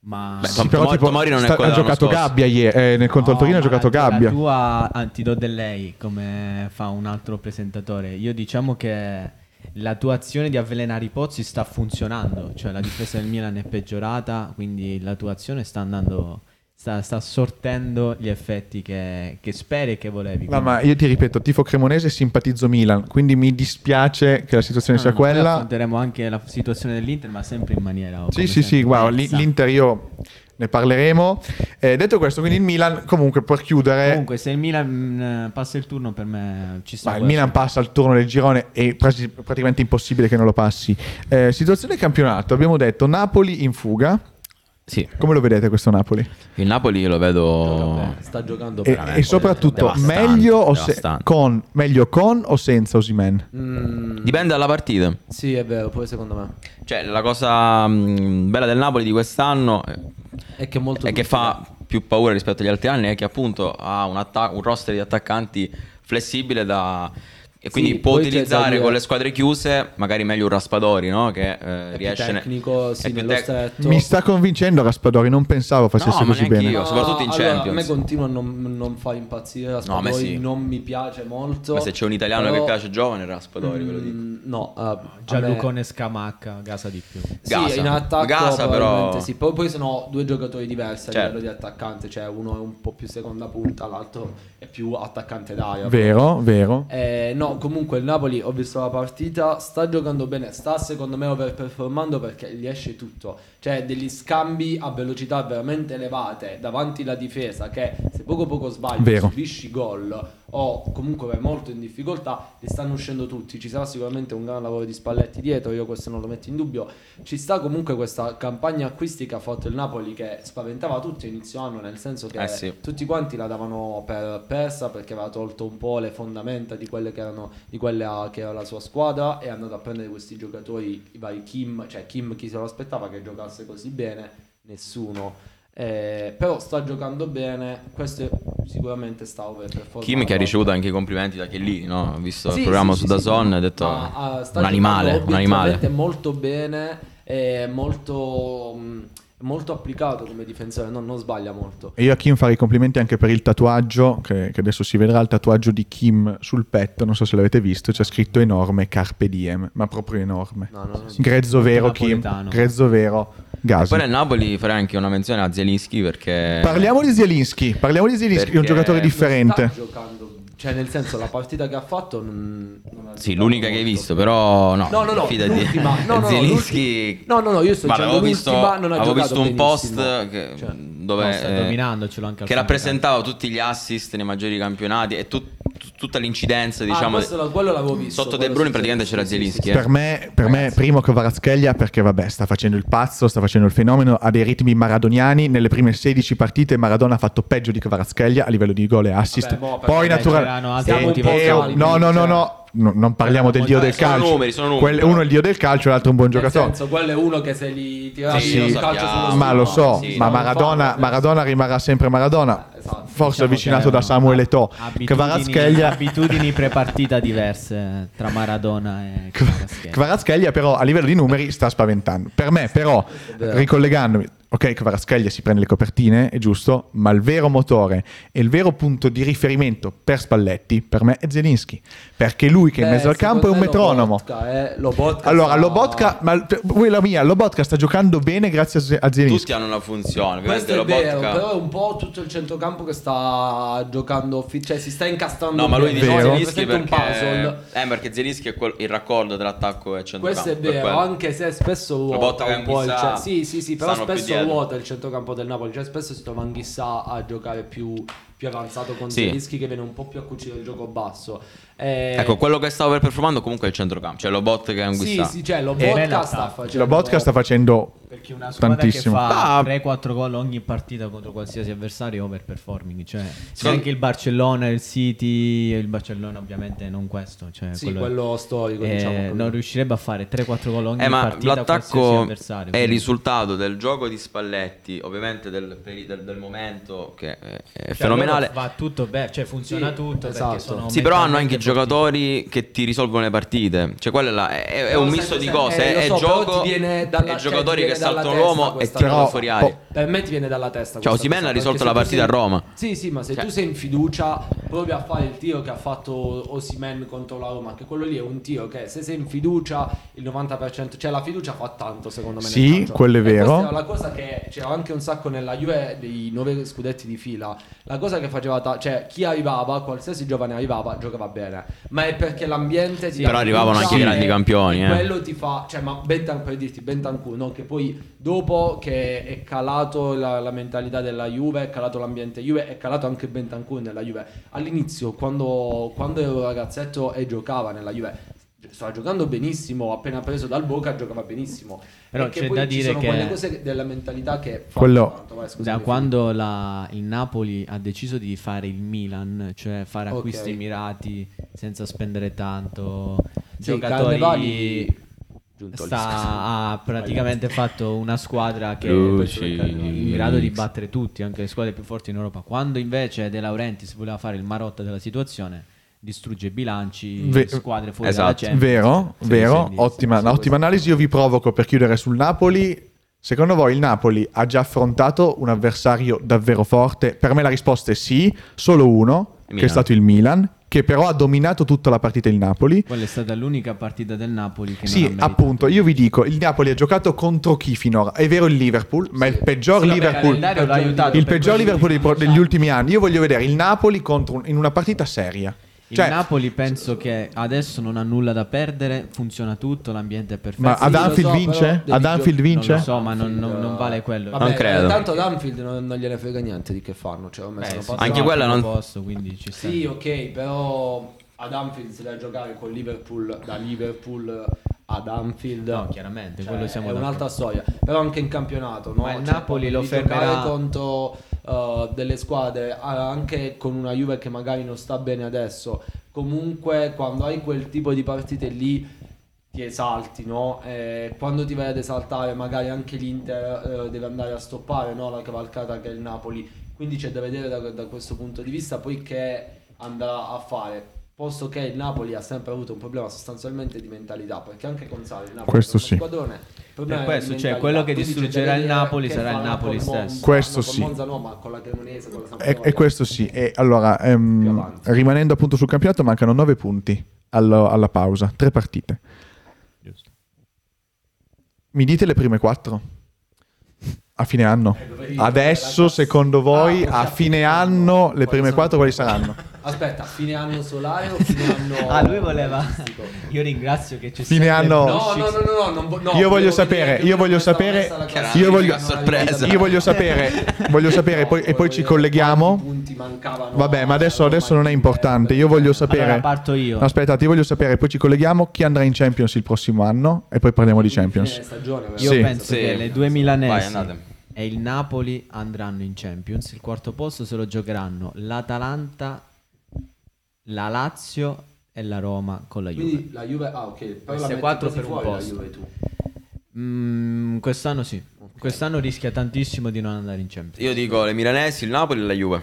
Speaker 3: Ma
Speaker 2: Beh,
Speaker 1: Sì,
Speaker 2: Tom-
Speaker 1: però
Speaker 2: Tom-
Speaker 1: tipo,
Speaker 2: Tomori non è
Speaker 1: sta-
Speaker 2: quello
Speaker 1: ha
Speaker 2: dell'anno
Speaker 1: giocato
Speaker 2: scorso.
Speaker 1: Gabbia ieri, eh, nel contro
Speaker 3: No,
Speaker 1: il Torino ha
Speaker 3: ma
Speaker 1: giocato
Speaker 3: la-
Speaker 1: Gabbia.
Speaker 3: La tua ah, ti do del lei, come fa un altro presentatore. Io diciamo che la tua azione di avvelenare i pozzi sta funzionando, cioè la difesa del Milan è peggiorata, quindi la tua azione sta andando sta, sta sortendo gli effetti che, che speri e che volevi.
Speaker 1: No, ma io ti ripeto, tifo cremonese e simpatizzo Milan, quindi mi dispiace che la situazione sia
Speaker 3: Poi
Speaker 1: quella.
Speaker 3: affronteremo anche la situazione dell'Inter, ma sempre in maniera
Speaker 1: Sì, sì, sì, guarda, lì- l'Inter io ne parleremo. Eh, detto questo, quindi il Milan comunque può chiudere.
Speaker 3: Comunque, se il Milan mh, passa il turno, per me ci sta.
Speaker 1: Ma il
Speaker 3: questo.
Speaker 1: Milan passa al turno del girone è prasi- praticamente impossibile che non lo passi. Eh, situazione campionato, abbiamo detto Napoli in fuga.
Speaker 2: Sì,
Speaker 1: Come lo vedete questo Napoli?
Speaker 2: il Napoli io lo vedo...
Speaker 4: Sta giocando
Speaker 1: E,
Speaker 4: veramente.
Speaker 1: e soprattutto
Speaker 2: devastante,
Speaker 1: meglio, o se-
Speaker 2: devastante.
Speaker 1: con, meglio con o senza Osimen?
Speaker 4: Mm,
Speaker 2: Dipende dalla partita.
Speaker 4: sì, è vero, poi secondo me.
Speaker 2: Cioè, la cosa mh, bella del Napoli di quest'anno eh,
Speaker 4: È che è molto
Speaker 2: e che
Speaker 4: difficile.
Speaker 2: fa più paura rispetto agli altri anni è che appunto ha un, atta- un roster di attaccanti flessibile da... E quindi
Speaker 4: Sì,
Speaker 2: può
Speaker 4: poi c'è da
Speaker 2: utilizzare
Speaker 4: dire-
Speaker 2: con le squadre chiuse magari meglio un Raspadori, no? Che eh,
Speaker 4: è più
Speaker 2: riesce... ne-
Speaker 4: tecnico, sì,
Speaker 2: è più
Speaker 4: nello
Speaker 2: tec-
Speaker 4: stretto.
Speaker 1: Mi sta convincendo Raspadori, non pensavo facesse
Speaker 2: Certo. No, ma
Speaker 1: così
Speaker 2: neanche
Speaker 1: bene.
Speaker 2: io. soprattutto in
Speaker 4: Ah, allora,
Speaker 2: Champions.
Speaker 4: A me continua a non, non fa impazzire la
Speaker 2: No, a me
Speaker 4: Spadori,
Speaker 2: sì.
Speaker 4: non mi piace molto.
Speaker 2: Ma se c'è un italiano
Speaker 4: però-
Speaker 2: che piace giovane, Raspadori, ve lo dico.
Speaker 4: Mm, No, eh, a me-
Speaker 3: Gianlucone Scamacca, gasa di più.
Speaker 2: Gasa.
Speaker 4: Sì, in attacco
Speaker 2: Gasa, però-
Speaker 4: probabilmente sì. Poi, poi sono due giocatori diversi a
Speaker 2: Certo.
Speaker 4: livello di attaccante, cioè uno è un po' più seconda punta, l'altro è più attaccante d'aria.
Speaker 1: Vero, vero.
Speaker 4: Eh, no, comunque il Napoli, ho visto la partita, sta giocando bene, sta secondo me overperformando perché gli esce tutto. Cioè degli scambi a velocità veramente elevate davanti alla difesa che se poco poco sbagli
Speaker 1: Vero.
Speaker 4: subisci gol o comunque vai molto in difficoltà, li stanno uscendo tutti. Ci sarà sicuramente un gran lavoro di Spalletti dietro, io questo non lo metto in dubbio. Ci sta comunque questa campagna acquisti che ha fatto il Napoli che spaventava tutti a inizio anno, nel senso che
Speaker 2: Eh sì.
Speaker 4: tutti quanti la davano per persa perché aveva tolto un po' le fondamenta di quelle che erano di quella che era la sua squadra e è andato a prendere questi giocatori, i vari Kim, cioè Kim chi se lo aspettava che giocasse così bene? Nessuno. Eh, però sta giocando bene, questo è- sicuramente sta over per
Speaker 2: Kim che ha ricevuto anche i complimenti da Chiellini, no? Ho visto
Speaker 4: Sì,
Speaker 2: Esatto. il programma
Speaker 4: sì,
Speaker 2: su
Speaker 4: sì, sì.
Speaker 2: Dazon e ha detto
Speaker 4: Ma, ah, sta
Speaker 2: un animale,
Speaker 4: giocando
Speaker 2: un animale.
Speaker 4: obiettivamente molto bene, è molto, mh, molto applicato come difensore, no, non sbaglia molto.
Speaker 1: E io a Kim fare i complimenti anche per il tatuaggio, che, che adesso si vedrà il tatuaggio di Kim sul petto, non so se l'avete visto, c'è scritto enorme Carpe Diem, ma proprio enorme.
Speaker 4: No, no, no.
Speaker 1: Grezzo vero Kim,
Speaker 3: Napoletano.
Speaker 1: grezzo vero
Speaker 2: E Poi
Speaker 1: Gaso.
Speaker 2: nel Napoli farei anche una menzione a Zielinski perché...
Speaker 1: Parliamo di Zielinski, parliamo di Zielinski, è un
Speaker 2: Perché-
Speaker 1: giocatore differente.
Speaker 4: Sta giocando, cioè nel senso la partita che ha fatto non, non ha
Speaker 2: Sì,
Speaker 4: giocato
Speaker 2: l'unica che hai
Speaker 4: molto.
Speaker 2: visto, però no.
Speaker 4: No, no, no,
Speaker 2: fidati.
Speaker 4: l'ultima, no, no, no,
Speaker 2: Zielinski...
Speaker 4: l'ulti- no, no, no, io sto
Speaker 2: Guarda,
Speaker 4: dicendo
Speaker 2: avevo visto,
Speaker 4: l'ultima, non ha
Speaker 2: avevo
Speaker 4: giocato
Speaker 2: visto un
Speaker 4: benissimo.
Speaker 2: post che-
Speaker 4: Cioè,
Speaker 2: dove...
Speaker 3: no, sta
Speaker 2: eh,
Speaker 3: dominandocelo anche al Diciamo
Speaker 2: Che
Speaker 3: fondo
Speaker 2: rappresentava tutti gli assist nei maggiori campionati e tut- tut- tutta l'incidenza,
Speaker 4: Ah,
Speaker 2: diciamo...
Speaker 4: questo la- quello l'avevo visto,
Speaker 2: Sotto
Speaker 4: quello
Speaker 2: De Bruyne
Speaker 4: sì, sì,
Speaker 2: praticamente
Speaker 4: sì,
Speaker 2: c'era
Speaker 4: sì, sì,
Speaker 2: Zielinski.
Speaker 4: sì.
Speaker 2: eh.
Speaker 1: Per me, per me
Speaker 4: Ragazzi.
Speaker 1: primo Kvaratskhelia perché vabbè sta facendo il pazzo, sta facendo il fenomeno, ha dei ritmi maradoniani, nelle prime 16 partite Maradona ha fatto peggio di Kvaratskhelia a livello di gol e assist.
Speaker 4: Vabbè, boh,
Speaker 1: Poi
Speaker 3: perché c'erano altri
Speaker 1: naturalmente
Speaker 3: motivi.
Speaker 1: no, no, no, no, no, non parliamo del dio del
Speaker 2: Sono
Speaker 1: calcio.
Speaker 2: numeri, sono numeri.
Speaker 1: Quel- uno è il dio del calcio, l'altro è un buon
Speaker 4: Nel
Speaker 1: giocatore.
Speaker 4: senso, quello è uno che se li tirava
Speaker 2: Sì,
Speaker 4: il
Speaker 2: lo
Speaker 4: calcio
Speaker 2: sappiamo.
Speaker 4: sullo
Speaker 1: ma lo so,
Speaker 2: sì,
Speaker 1: ma
Speaker 2: no,
Speaker 1: Maradona, Maradona rimarrà sempre Maradona,
Speaker 4: Eh, esatto.
Speaker 1: forse
Speaker 3: Diciamo
Speaker 1: avvicinato
Speaker 3: che
Speaker 1: da Samuel Eto'o.
Speaker 3: abitudini-
Speaker 1: Kvaratskhelia
Speaker 3: abitudini prepartita diverse tra Maradona e Kvaratskhelia.
Speaker 1: Kvaratskhelia però a livello di numeri sta spaventando. Per me però, ricollegandomi, Ok, Kvaratskhelia si prende le copertine, è giusto, ma il vero motore e il vero punto di riferimento per Spalletti, per me, è Zelinski. Perché lui che in mezzo
Speaker 4: Eh,
Speaker 1: al campo è un metronomo.
Speaker 4: Lobotka, eh, Lobotka
Speaker 1: Allora,
Speaker 4: sta-
Speaker 1: Lobotka, ma voi la mia, Lobotka sta giocando bene grazie a Ze- a Zelinski.
Speaker 2: Tutti hanno una funzione.
Speaker 4: Questo
Speaker 2: Ovviamente
Speaker 4: è vero,
Speaker 2: Lobotka-
Speaker 4: però è un po' tutto il centrocampo che sta giocando, fi- cioè si sta incastrando.
Speaker 2: No, ma lui
Speaker 4: bene. Cioè,
Speaker 2: dice
Speaker 1: Vero.
Speaker 2: Zelinski
Speaker 4: Presenta un puzzle.
Speaker 2: perché... Eh, perché Zelinski è quel- il raccordo tra attacco e centrocampo.
Speaker 4: Questo è
Speaker 2: per
Speaker 4: vero,
Speaker 2: quello.
Speaker 4: anche se spesso
Speaker 2: La
Speaker 4: ruota
Speaker 2: botta
Speaker 4: un
Speaker 2: che
Speaker 4: po' il
Speaker 2: Anghissà
Speaker 4: cen- Sì, sì, sì, però
Speaker 2: stanno più
Speaker 4: spesso
Speaker 2: dietro.
Speaker 4: ruota il centrocampo del Napoli, cioè spesso si trova Anghissà a giocare più, più avanzato con
Speaker 2: Sì.
Speaker 4: Zelinski che viene un po' più accucito del gioco basso. Eh,
Speaker 2: Ecco, quello che stavo per performando comunque è il centrocampo. Cioè Lobotka e
Speaker 4: Sì,
Speaker 2: Anguissa.
Speaker 4: sì, cioè
Speaker 3: Eh, bella
Speaker 4: Lobotka sta
Speaker 3: attacco.
Speaker 4: facendo
Speaker 1: Lobotka sta facendo
Speaker 3: Perché una squadra
Speaker 1: tantissimo.
Speaker 3: che fa
Speaker 2: Ah.
Speaker 3: 3-4 gol ogni partita contro qualsiasi avversario è overperforming. Cioè,
Speaker 2: Sì.
Speaker 3: anche il Barcellona, il City, il Barcellona ovviamente non questo. Cioè,
Speaker 4: Sì, quello storico,
Speaker 3: eh,
Speaker 4: diciamo così.
Speaker 3: Non riuscirebbe a fare 3-4 gol ogni
Speaker 2: Eh, ma
Speaker 3: partita qualsiasi
Speaker 2: l'attacco
Speaker 3: avversario.
Speaker 2: è il
Speaker 3: quindi-
Speaker 2: risultato del gioco di Spalletti, ovviamente del, peri- del- del momento che è, è
Speaker 3: cioè,
Speaker 2: fenomenale.
Speaker 3: loro Va tutto bene, cioè funziona
Speaker 4: Sì,
Speaker 3: tutto. perché
Speaker 4: esatto.
Speaker 3: sono
Speaker 2: Sì, però hanno anche
Speaker 3: mentalmente
Speaker 2: i giocatori che ti risolvono le partite. Cioè, quella è, la- è- è
Speaker 4: Però
Speaker 2: un
Speaker 4: sai
Speaker 2: misto di
Speaker 4: cos'è?
Speaker 2: cose.
Speaker 4: Eh, lo
Speaker 2: è
Speaker 4: so, però
Speaker 2: gioco,
Speaker 4: ti viene dalla-
Speaker 2: è
Speaker 4: cioè,
Speaker 2: giocatori
Speaker 4: ti
Speaker 2: che
Speaker 4: viene dalla
Speaker 2: saltano
Speaker 4: testa
Speaker 2: l'uomo e
Speaker 4: questa
Speaker 2: tirano
Speaker 1: cosa.
Speaker 2: fuori aria.
Speaker 1: Però-
Speaker 4: Per me ti viene dalla testa.
Speaker 2: Cioè,
Speaker 4: questa
Speaker 2: Osimhen
Speaker 4: cosa,
Speaker 2: ha risolto la
Speaker 4: perché se tu
Speaker 2: partita
Speaker 4: sei-
Speaker 2: a Roma.
Speaker 4: Sì, sì, ma se
Speaker 2: Cioè-
Speaker 4: tu sei in fiducia, provi a fare il tiro che ha fatto Osimhen contro la Roma, che quello lì è un tiro che se sei in fiducia il 90%, cioè la fiducia fa tanto secondo me. nel
Speaker 1: Sì,
Speaker 4: calcio.
Speaker 1: quello è
Speaker 4: E
Speaker 1: vero.
Speaker 4: Questa è la cosa che c'era anche un sacco nella Juve dei nove scudetti di fila. La cosa che faceva, ta- cioè chi arrivava, qualsiasi giovane arrivava, giocava bene, ma è perché l'ambiente ti dà
Speaker 2: però arrivavano
Speaker 4: fiducia
Speaker 2: anche i
Speaker 4: e-
Speaker 2: grandi campioni,
Speaker 4: e
Speaker 2: eh.
Speaker 4: quello ti fa, cioè, ma Bentancur per dirti Bentancur, no? che poi dopo che è calato la, la mentalità della Juve, è calato l'ambiente Juve, è calato anche Bentancur nella Juve. All'inizio, quando, quando ero ragazzetto e giocava nella Juve, stava giocando benissimo, appena preso dal Boca giocava benissimo.
Speaker 3: Però
Speaker 4: E che
Speaker 3: c'è
Speaker 4: poi
Speaker 3: da
Speaker 4: ci
Speaker 3: dire
Speaker 4: sono
Speaker 3: che-
Speaker 4: quelle cose che- della mentalità che fanno
Speaker 1: Quello-
Speaker 4: tanto. Vai, scusami,
Speaker 3: Da
Speaker 4: Filippo.
Speaker 3: quando la- il Napoli ha deciso di fare il Milan, cioè fare
Speaker 4: Ok.
Speaker 3: acquisti mirati senza spendere tanto,
Speaker 4: Sì,
Speaker 3: giocatori
Speaker 4: Carnevali- Giuntoli, scusa.
Speaker 3: sta, ha praticamente fatto una squadra che
Speaker 2: Luci,
Speaker 3: è in grado di battere tutti, anche le squadre più forti in Europa. Quando invece De Laurentiis voleva fare il marotta della situazione, distrugge bilanci,
Speaker 1: Ve-
Speaker 3: squadre fuori
Speaker 2: Esatto.
Speaker 3: dalla Champions.
Speaker 1: Vero,
Speaker 3: Sì,
Speaker 1: vero,
Speaker 3: quindi-
Speaker 1: ottima,
Speaker 3: sì,
Speaker 1: ottima analisi. Io vi provoco per chiudere sul Napoli. Secondo voi il Napoli ha già affrontato un avversario davvero forte? Per me la risposta è sì, solo uno, che è
Speaker 2: Milan.
Speaker 1: stato il Milan, che però ha dominato tutta la partita il Napoli.
Speaker 3: Quella è stata l'unica partita del Napoli che non ha
Speaker 1: Sì,
Speaker 3: meritato.
Speaker 1: appunto, io vi dico, il Napoli ha giocato contro chi finora? È vero il Liverpool, ma il peggior
Speaker 3: Sì, vabbè,
Speaker 1: Liverpool...
Speaker 3: calendario l'ha aiutato
Speaker 1: Il
Speaker 3: per Esatto.
Speaker 1: peggior
Speaker 3: quelli
Speaker 1: Liverpool dei pro-
Speaker 3: ultimi
Speaker 1: degli ultimi anni. Io voglio vedere il Napoli contro un- in una partita seria.
Speaker 3: Il
Speaker 1: Cioè,
Speaker 3: Napoli penso che adesso non ha nulla da perdere, funziona tutto, l'ambiente è perfetto.
Speaker 1: ma
Speaker 4: Sì,
Speaker 1: ad
Speaker 4: lo
Speaker 1: Anfield
Speaker 4: so, però
Speaker 1: vince?
Speaker 4: devi
Speaker 1: Ad
Speaker 4: gio-
Speaker 1: Anfield
Speaker 3: Non
Speaker 1: vince?
Speaker 3: lo so, ma non, non- non vale quello.
Speaker 4: Vabbè,
Speaker 2: Non credo.
Speaker 4: Tanto ad Anfield non, non gliene frega niente di che fanno. Cioè, ho
Speaker 3: Beh,
Speaker 4: messo una
Speaker 3: Eh, sì,
Speaker 4: palla-
Speaker 2: anche
Speaker 3: no,
Speaker 2: quella non-
Speaker 3: posto, quindi ci sta.
Speaker 4: Sì, ok, però ad Anfield si deve giocare con Liverpool, da Liverpool ad Anfield.
Speaker 3: No, chiaramente,
Speaker 4: Cioè,
Speaker 3: quello siamo
Speaker 4: è
Speaker 3: d'accordo.
Speaker 4: un'altra storia, però anche in campionato, no?
Speaker 3: Ma il
Speaker 4: Cioè,
Speaker 3: Napoli lo
Speaker 4: devi giocare
Speaker 3: fermerà-
Speaker 4: contro eh, delle squadre eh, anche con una Juve che magari non sta bene adesso. Comunque quando hai quel tipo di partite lì ti esalti, no? E quando ti vai ad esaltare magari anche l'Inter eh, deve andare a stoppare, no? La cavalcata che è il Napoli. Quindi c'è da vedere da, da questo punto di vista poi che andrà a fare. Posto che il Napoli ha sempre avuto un problema sostanzialmente di mentalità, perché anche con Sarri il Napoli
Speaker 1: Questo
Speaker 4: è uno
Speaker 1: sì.
Speaker 4: squadrone, problema
Speaker 3: Per
Speaker 4: è di
Speaker 3: questo, cioè,
Speaker 4: mentalità.
Speaker 3: quello che
Speaker 4: Quindi c'è da
Speaker 3: distruggerà il
Speaker 4: vedere
Speaker 3: Napoli
Speaker 4: che
Speaker 3: sarà il
Speaker 4: faranno
Speaker 3: Napoli
Speaker 4: con Monza,
Speaker 3: stesso.
Speaker 1: Questo
Speaker 4: con
Speaker 1: sì.
Speaker 4: Monza no, ma con la Cremonese, con la
Speaker 1: E,
Speaker 4: Sampdoria.
Speaker 1: e questo sì, e allora ehm,
Speaker 4: Più avanti.
Speaker 1: rimanendo appunto sul campionato, mancano 9 punti allo- alla pausa, tre partite. Mi dite le prime 4 a fine anno?
Speaker 4: Eh, dovrei dire
Speaker 1: Adesso,
Speaker 4: la- Ah,
Speaker 1: secondo voi, a fine anno, le prime 4 quali saranno?
Speaker 4: Aspetta, fine anno solare o fine anno
Speaker 3: Ah, lui voleva.
Speaker 4: calcistico?
Speaker 3: Io ringrazio che ci sia.
Speaker 1: Fine anno-
Speaker 4: No, no, no, no, no, non vo- no,
Speaker 1: Io voglio
Speaker 4: volevo
Speaker 1: sapere,
Speaker 4: vedere che
Speaker 1: io voglio
Speaker 4: questa
Speaker 1: sapere,
Speaker 4: messa la
Speaker 2: Che era
Speaker 4: classifica
Speaker 1: io voglio-
Speaker 4: non arriva
Speaker 2: sorpresa.
Speaker 4: da-
Speaker 1: Io voglio sapere, voglio sapere, poi- e poi ci colleghiamo.
Speaker 4: Punti mancavano
Speaker 1: Vabbè, ma adesso,
Speaker 4: alla
Speaker 1: adesso non è
Speaker 4: Roma,
Speaker 1: importante, io voglio sapere...
Speaker 3: Allora parto io.
Speaker 1: No, aspetta, ti voglio sapere, poi ci colleghiamo chi andrà in Champions il prossimo anno e poi parliamo di Champions.
Speaker 4: Ah, Fine stagione,
Speaker 3: Io
Speaker 1: Sì.
Speaker 3: penso
Speaker 2: Sì.
Speaker 3: che le due
Speaker 2: Vai,
Speaker 3: milanesi
Speaker 2: andate.
Speaker 3: e il Napoli andranno in Champions. Il quarto posto se lo giocheranno l'Atalanta, la Lazio e la Roma con la Juve.
Speaker 4: Quindi la Juve, ah ok, poi la
Speaker 3: Queste
Speaker 4: metti
Speaker 3: quattro
Speaker 4: quasi
Speaker 3: per un
Speaker 4: fuori la
Speaker 3: posto.
Speaker 4: Juve tu.
Speaker 3: Mm, quest'anno sì. Quest'anno rischia tantissimo di non andare in Champions.
Speaker 2: Io dico le milanesi, il Napoli e la Juve.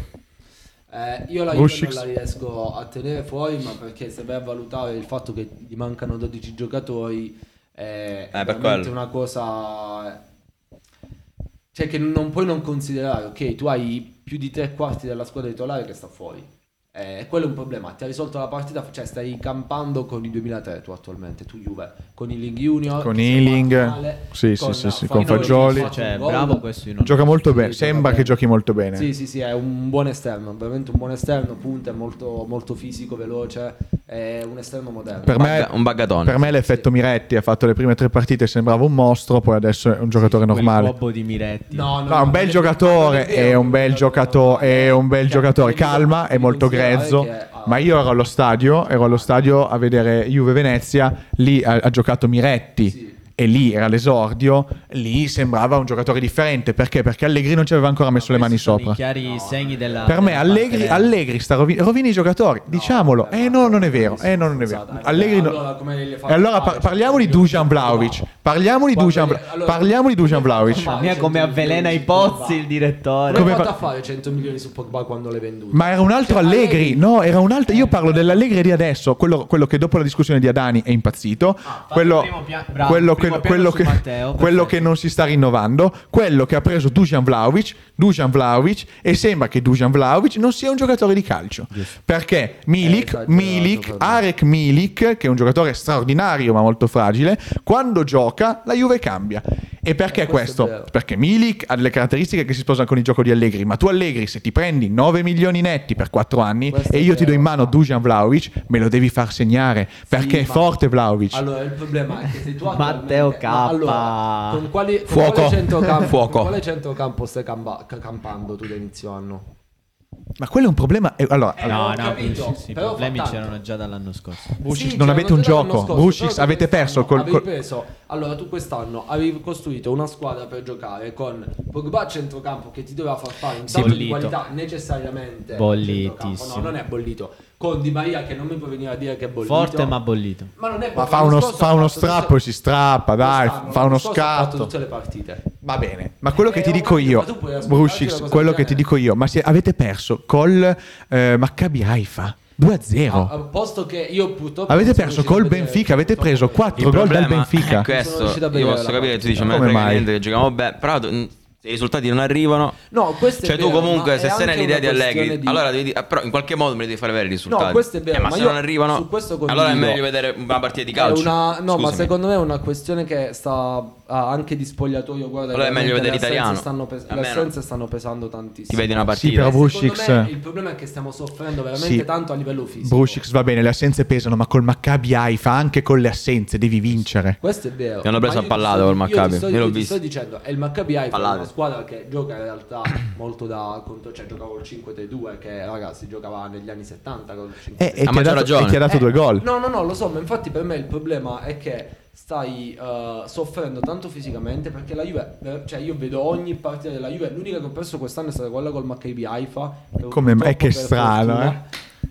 Speaker 4: Eh, io la Juve non
Speaker 1: Uscix.
Speaker 4: la riesco a tenere fuori, ma perché se vai a valutare il fatto che gli mancano 12 giocatori è
Speaker 2: per
Speaker 4: veramente
Speaker 2: quello.
Speaker 4: una cosa... Cioè che non puoi non considerare, ok, tu hai più di tre quarti della squadra titolare che sta fuori. E quello è un problema, ti ha risolto la partita, cioè stai campando con i 2003 tu attualmente, tu Juve, con il Ling Junior,
Speaker 1: Con
Speaker 4: che si è
Speaker 1: Ealing,
Speaker 4: fatto male,
Speaker 1: sì, sì, sì, sì, con Fagioli.
Speaker 4: Fagioli, che ha fatto
Speaker 3: Cioè,
Speaker 4: un gol.
Speaker 3: bravo questo io non-
Speaker 1: Gioca molto bene,
Speaker 4: sì,
Speaker 1: sembra
Speaker 4: gioca
Speaker 1: che
Speaker 4: bene.
Speaker 1: giochi molto bene.
Speaker 4: Sì, sì, sì, è un buon esterno, veramente un buon esterno, punta, è molto, molto fisico, veloce, è un esterno moderno.
Speaker 1: Per me,
Speaker 2: Bagga- un baggatone.
Speaker 1: per me l'effetto Miretti ha fatto le prime tre partite, sembrava un mostro, poi adesso è un giocatore normale.
Speaker 3: Il di Miretti.
Speaker 1: No, un bel giocatore, è un bel giocatore, è un bel giocatore, calma, è molto
Speaker 4: eh,
Speaker 1: grezzo,
Speaker 4: ah,
Speaker 1: ma io ero allo stadio, ero allo stadio a vedere Juve Venezia, lì ha, ha giocato Miretti
Speaker 4: Sì.
Speaker 1: e lì era l'esordio, lì sembrava un giocatore differente, perché? Perché Allegri non ci aveva ancora messo le mani
Speaker 3: Questi sono
Speaker 1: sopra.
Speaker 3: I chiari
Speaker 4: eh,
Speaker 3: segni della.
Speaker 1: Per me
Speaker 3: della
Speaker 1: Allegri,
Speaker 3: parte-
Speaker 1: Allegri sta rovi- rovina i giocatori, diciamolo. Eh no, non è vero, eh no, non è vero. Allegri no-
Speaker 4: esatto. Allora, come le fa
Speaker 1: E allora par-
Speaker 4: fare?
Speaker 1: parliamo di Dujan Vlaovic, parliamo di
Speaker 4: Guarda,
Speaker 1: Dujan Bla-
Speaker 4: allora-
Speaker 1: parliamo di Dujan Vlaovic.
Speaker 3: Mamma mia, come avvelena i pozzi il direttore.
Speaker 1: Come
Speaker 4: Come ha fatto
Speaker 1: fa-
Speaker 4: a fare 100 milioni su Pogba quando l'hai venduto?
Speaker 1: Ma era un altro
Speaker 4: Cioè,
Speaker 1: Allegri, no, era un
Speaker 3: Eh.
Speaker 1: altro. Io parlo dell'Allegri di adesso, quello, quello che dopo la discussione di Adani è impazzito,
Speaker 3: infatti
Speaker 1: quello,
Speaker 3: Ah, primo pia- bravo,
Speaker 1: quello che,
Speaker 3: primo piano
Speaker 1: quello
Speaker 3: su
Speaker 1: che-
Speaker 3: Matteo,
Speaker 1: quello
Speaker 3: perfetto.
Speaker 1: che non si sta rinnovando, quello che ha preso Dujan Vlaovic, Dujan Vlaovic e sembra che Dujan Vlaovic non sia un giocatore di calcio. Perché
Speaker 4: Eh,
Speaker 1: Milik,
Speaker 4: esagerato,
Speaker 1: Milik,
Speaker 4: proprio.
Speaker 1: Arek Milik, che è un giocatore straordinario ma molto fragile, quando gioca la Juve cambia. E perché
Speaker 4: Eh, questo
Speaker 1: questo?
Speaker 4: è vero.
Speaker 1: Perché Milik ha delle caratteristiche che si sposano con il gioco di Allegri, ma tu Allegri se ti prendi 9 milioni netti per 4 anni
Speaker 4: Questo
Speaker 1: e
Speaker 4: è
Speaker 1: io ti do
Speaker 4: vero.
Speaker 1: in mano Dujan Vlaovic, me lo devi far segnare, perché è
Speaker 4: ma-
Speaker 1: forte Vlaovic.
Speaker 4: Allora, il problema è che se tu
Speaker 3: Matteo
Speaker 4: attualmente- ma
Speaker 3: K.
Speaker 4: allora, con quali con
Speaker 1: Fuoco.
Speaker 4: quale centrocampo,
Speaker 2: Fuoco.
Speaker 4: Con quale centrocampo stai camba- ca- campando tu da inizio anno?
Speaker 1: Ma quello è un problema. eh, allora,
Speaker 4: Eh,
Speaker 3: No,
Speaker 4: ho
Speaker 3: no,
Speaker 4: capito,
Speaker 3: Brucic, sì, i
Speaker 4: però fa
Speaker 3: problemi
Speaker 4: tanto.
Speaker 3: c'erano già dall'anno scorso.
Speaker 1: Brucic,
Speaker 4: Sì,
Speaker 1: non
Speaker 4: c'erano
Speaker 1: avete un
Speaker 4: già l'anno
Speaker 1: gioco.
Speaker 4: scorso,
Speaker 1: Brucic,
Speaker 4: però che
Speaker 1: avete perso col-
Speaker 4: avevi
Speaker 1: col-
Speaker 4: preso- Allora, tu quest'anno avevi costruito una squadra per giocare con Pogba a centrocampo che ti doveva far fare un
Speaker 3: Sì,
Speaker 4: salto di
Speaker 3: bollito.
Speaker 4: qualità necessariamente.
Speaker 3: Bollitissimo.
Speaker 4: a centrocampo. No, non è bollito. Con Di Maria che non mi può venire a dire che è bollito.
Speaker 3: Forte ma bollito.
Speaker 4: Ma non è
Speaker 1: ma
Speaker 4: bollito,
Speaker 1: fa
Speaker 4: l'anno
Speaker 1: uno,
Speaker 4: scorso
Speaker 1: fa
Speaker 4: ha
Speaker 1: uno
Speaker 4: fatto
Speaker 1: strappo e
Speaker 4: tutte-
Speaker 1: si strappa, dai,
Speaker 4: quest'anno,
Speaker 1: fa uno
Speaker 4: l'anno scorso ha fatto
Speaker 1: scatto.
Speaker 4: tutte le partite.
Speaker 1: Va bene, ma quello che ti
Speaker 4: Eh,
Speaker 1: dico
Speaker 4: ho capito,
Speaker 1: io,
Speaker 4: ma tu puoi ascoltarci una
Speaker 1: Brucic,
Speaker 4: cosa
Speaker 1: quello
Speaker 4: del
Speaker 1: che ti
Speaker 4: genere.
Speaker 1: dico io, ma se avete perso col eh, Maccabi Haifa 2-0.
Speaker 4: A- a Ah, posto che io purtroppo
Speaker 1: Eh, Avete
Speaker 4: non sono
Speaker 1: perso
Speaker 4: riuscito a
Speaker 1: col
Speaker 4: vedere-
Speaker 1: Benfica, avete
Speaker 4: purtroppo-
Speaker 1: preso
Speaker 2: Il
Speaker 1: 4 gol dal
Speaker 2: problema
Speaker 1: Benfica.
Speaker 2: È
Speaker 4: Sono
Speaker 2: questo,
Speaker 4: riuscito a
Speaker 2: io
Speaker 4: vedere
Speaker 2: posso
Speaker 4: la
Speaker 2: capire che tu dici, ma
Speaker 1: Come
Speaker 2: non frega
Speaker 1: mai?
Speaker 2: niente che giochiamo bene, però tu- mh, se i risultati non arrivano.
Speaker 4: No, questo è
Speaker 2: Cioè, tu
Speaker 4: vero,
Speaker 2: comunque,
Speaker 4: ma
Speaker 2: se sei
Speaker 4: è anche
Speaker 2: nell'idea di
Speaker 4: una questione
Speaker 2: Allegri,
Speaker 4: di-
Speaker 2: allora devi dire- eh, però in qualche modo me li devi fare avere i risultati.
Speaker 4: No, questo è vero,
Speaker 2: Eh, ma,
Speaker 4: ma
Speaker 2: se
Speaker 4: io
Speaker 2: non arrivano,
Speaker 4: su questo
Speaker 2: allora è
Speaker 4: condivido.
Speaker 2: meglio vedere una partita di
Speaker 4: È
Speaker 2: calcio.
Speaker 4: una- no, ma
Speaker 2: Scusami.
Speaker 4: secondo me è una questione che sta ah, anche di spogliatoio. Guarda,
Speaker 2: Allora è meglio
Speaker 4: veramente
Speaker 2: vedere
Speaker 4: le assenze
Speaker 2: italiano.
Speaker 4: Stanno pes-
Speaker 2: A
Speaker 4: le
Speaker 2: me no.
Speaker 4: assenze stanno pesando tantissimo.
Speaker 2: Ti
Speaker 4: Cioè,
Speaker 2: vedi una partita.
Speaker 1: Sì, però
Speaker 4: Secondo
Speaker 1: Brucic-
Speaker 4: me il problema è che stiamo soffrendo veramente
Speaker 1: Sì.
Speaker 4: tanto a livello fisico.
Speaker 1: Brucic va bene, le assenze pesano, ma col Maccabi Haifa anche con le assenze devi vincere.
Speaker 4: Questo è vero.
Speaker 2: Mi hanno preso
Speaker 4: Ma
Speaker 2: a
Speaker 4: io ti
Speaker 2: pallate
Speaker 4: sto-
Speaker 2: col
Speaker 4: io ti
Speaker 2: Maccabi,
Speaker 4: sto-
Speaker 2: io l'ho
Speaker 4: ti
Speaker 2: visto.
Speaker 4: sto dicendo, è il Maccabi Haifa,
Speaker 2: Pallate.
Speaker 4: una squadra che gioca in realtà molto da contro, cioè giocava col 5-2 che ragazzi giocava negli anni 70 col 5
Speaker 1: Eh, e,
Speaker 2: Ah,
Speaker 1: ti
Speaker 2: ma
Speaker 1: ha
Speaker 2: c'ha
Speaker 1: dato,
Speaker 2: ragione.
Speaker 1: e ti ha dato
Speaker 4: Eh,
Speaker 1: due gol.
Speaker 4: No, no, no, lo so, ma infatti per me il problema è che stai eh, soffrendo tanto fisicamente perché la Juve, eh, cioè io vedo ogni partita della Juve, l'unica che ho perso quest'anno è stata quella col Maccabi Haifa.
Speaker 1: Come-
Speaker 4: purtroppo
Speaker 1: eh, che
Speaker 4: per
Speaker 1: strano,
Speaker 4: fortuna-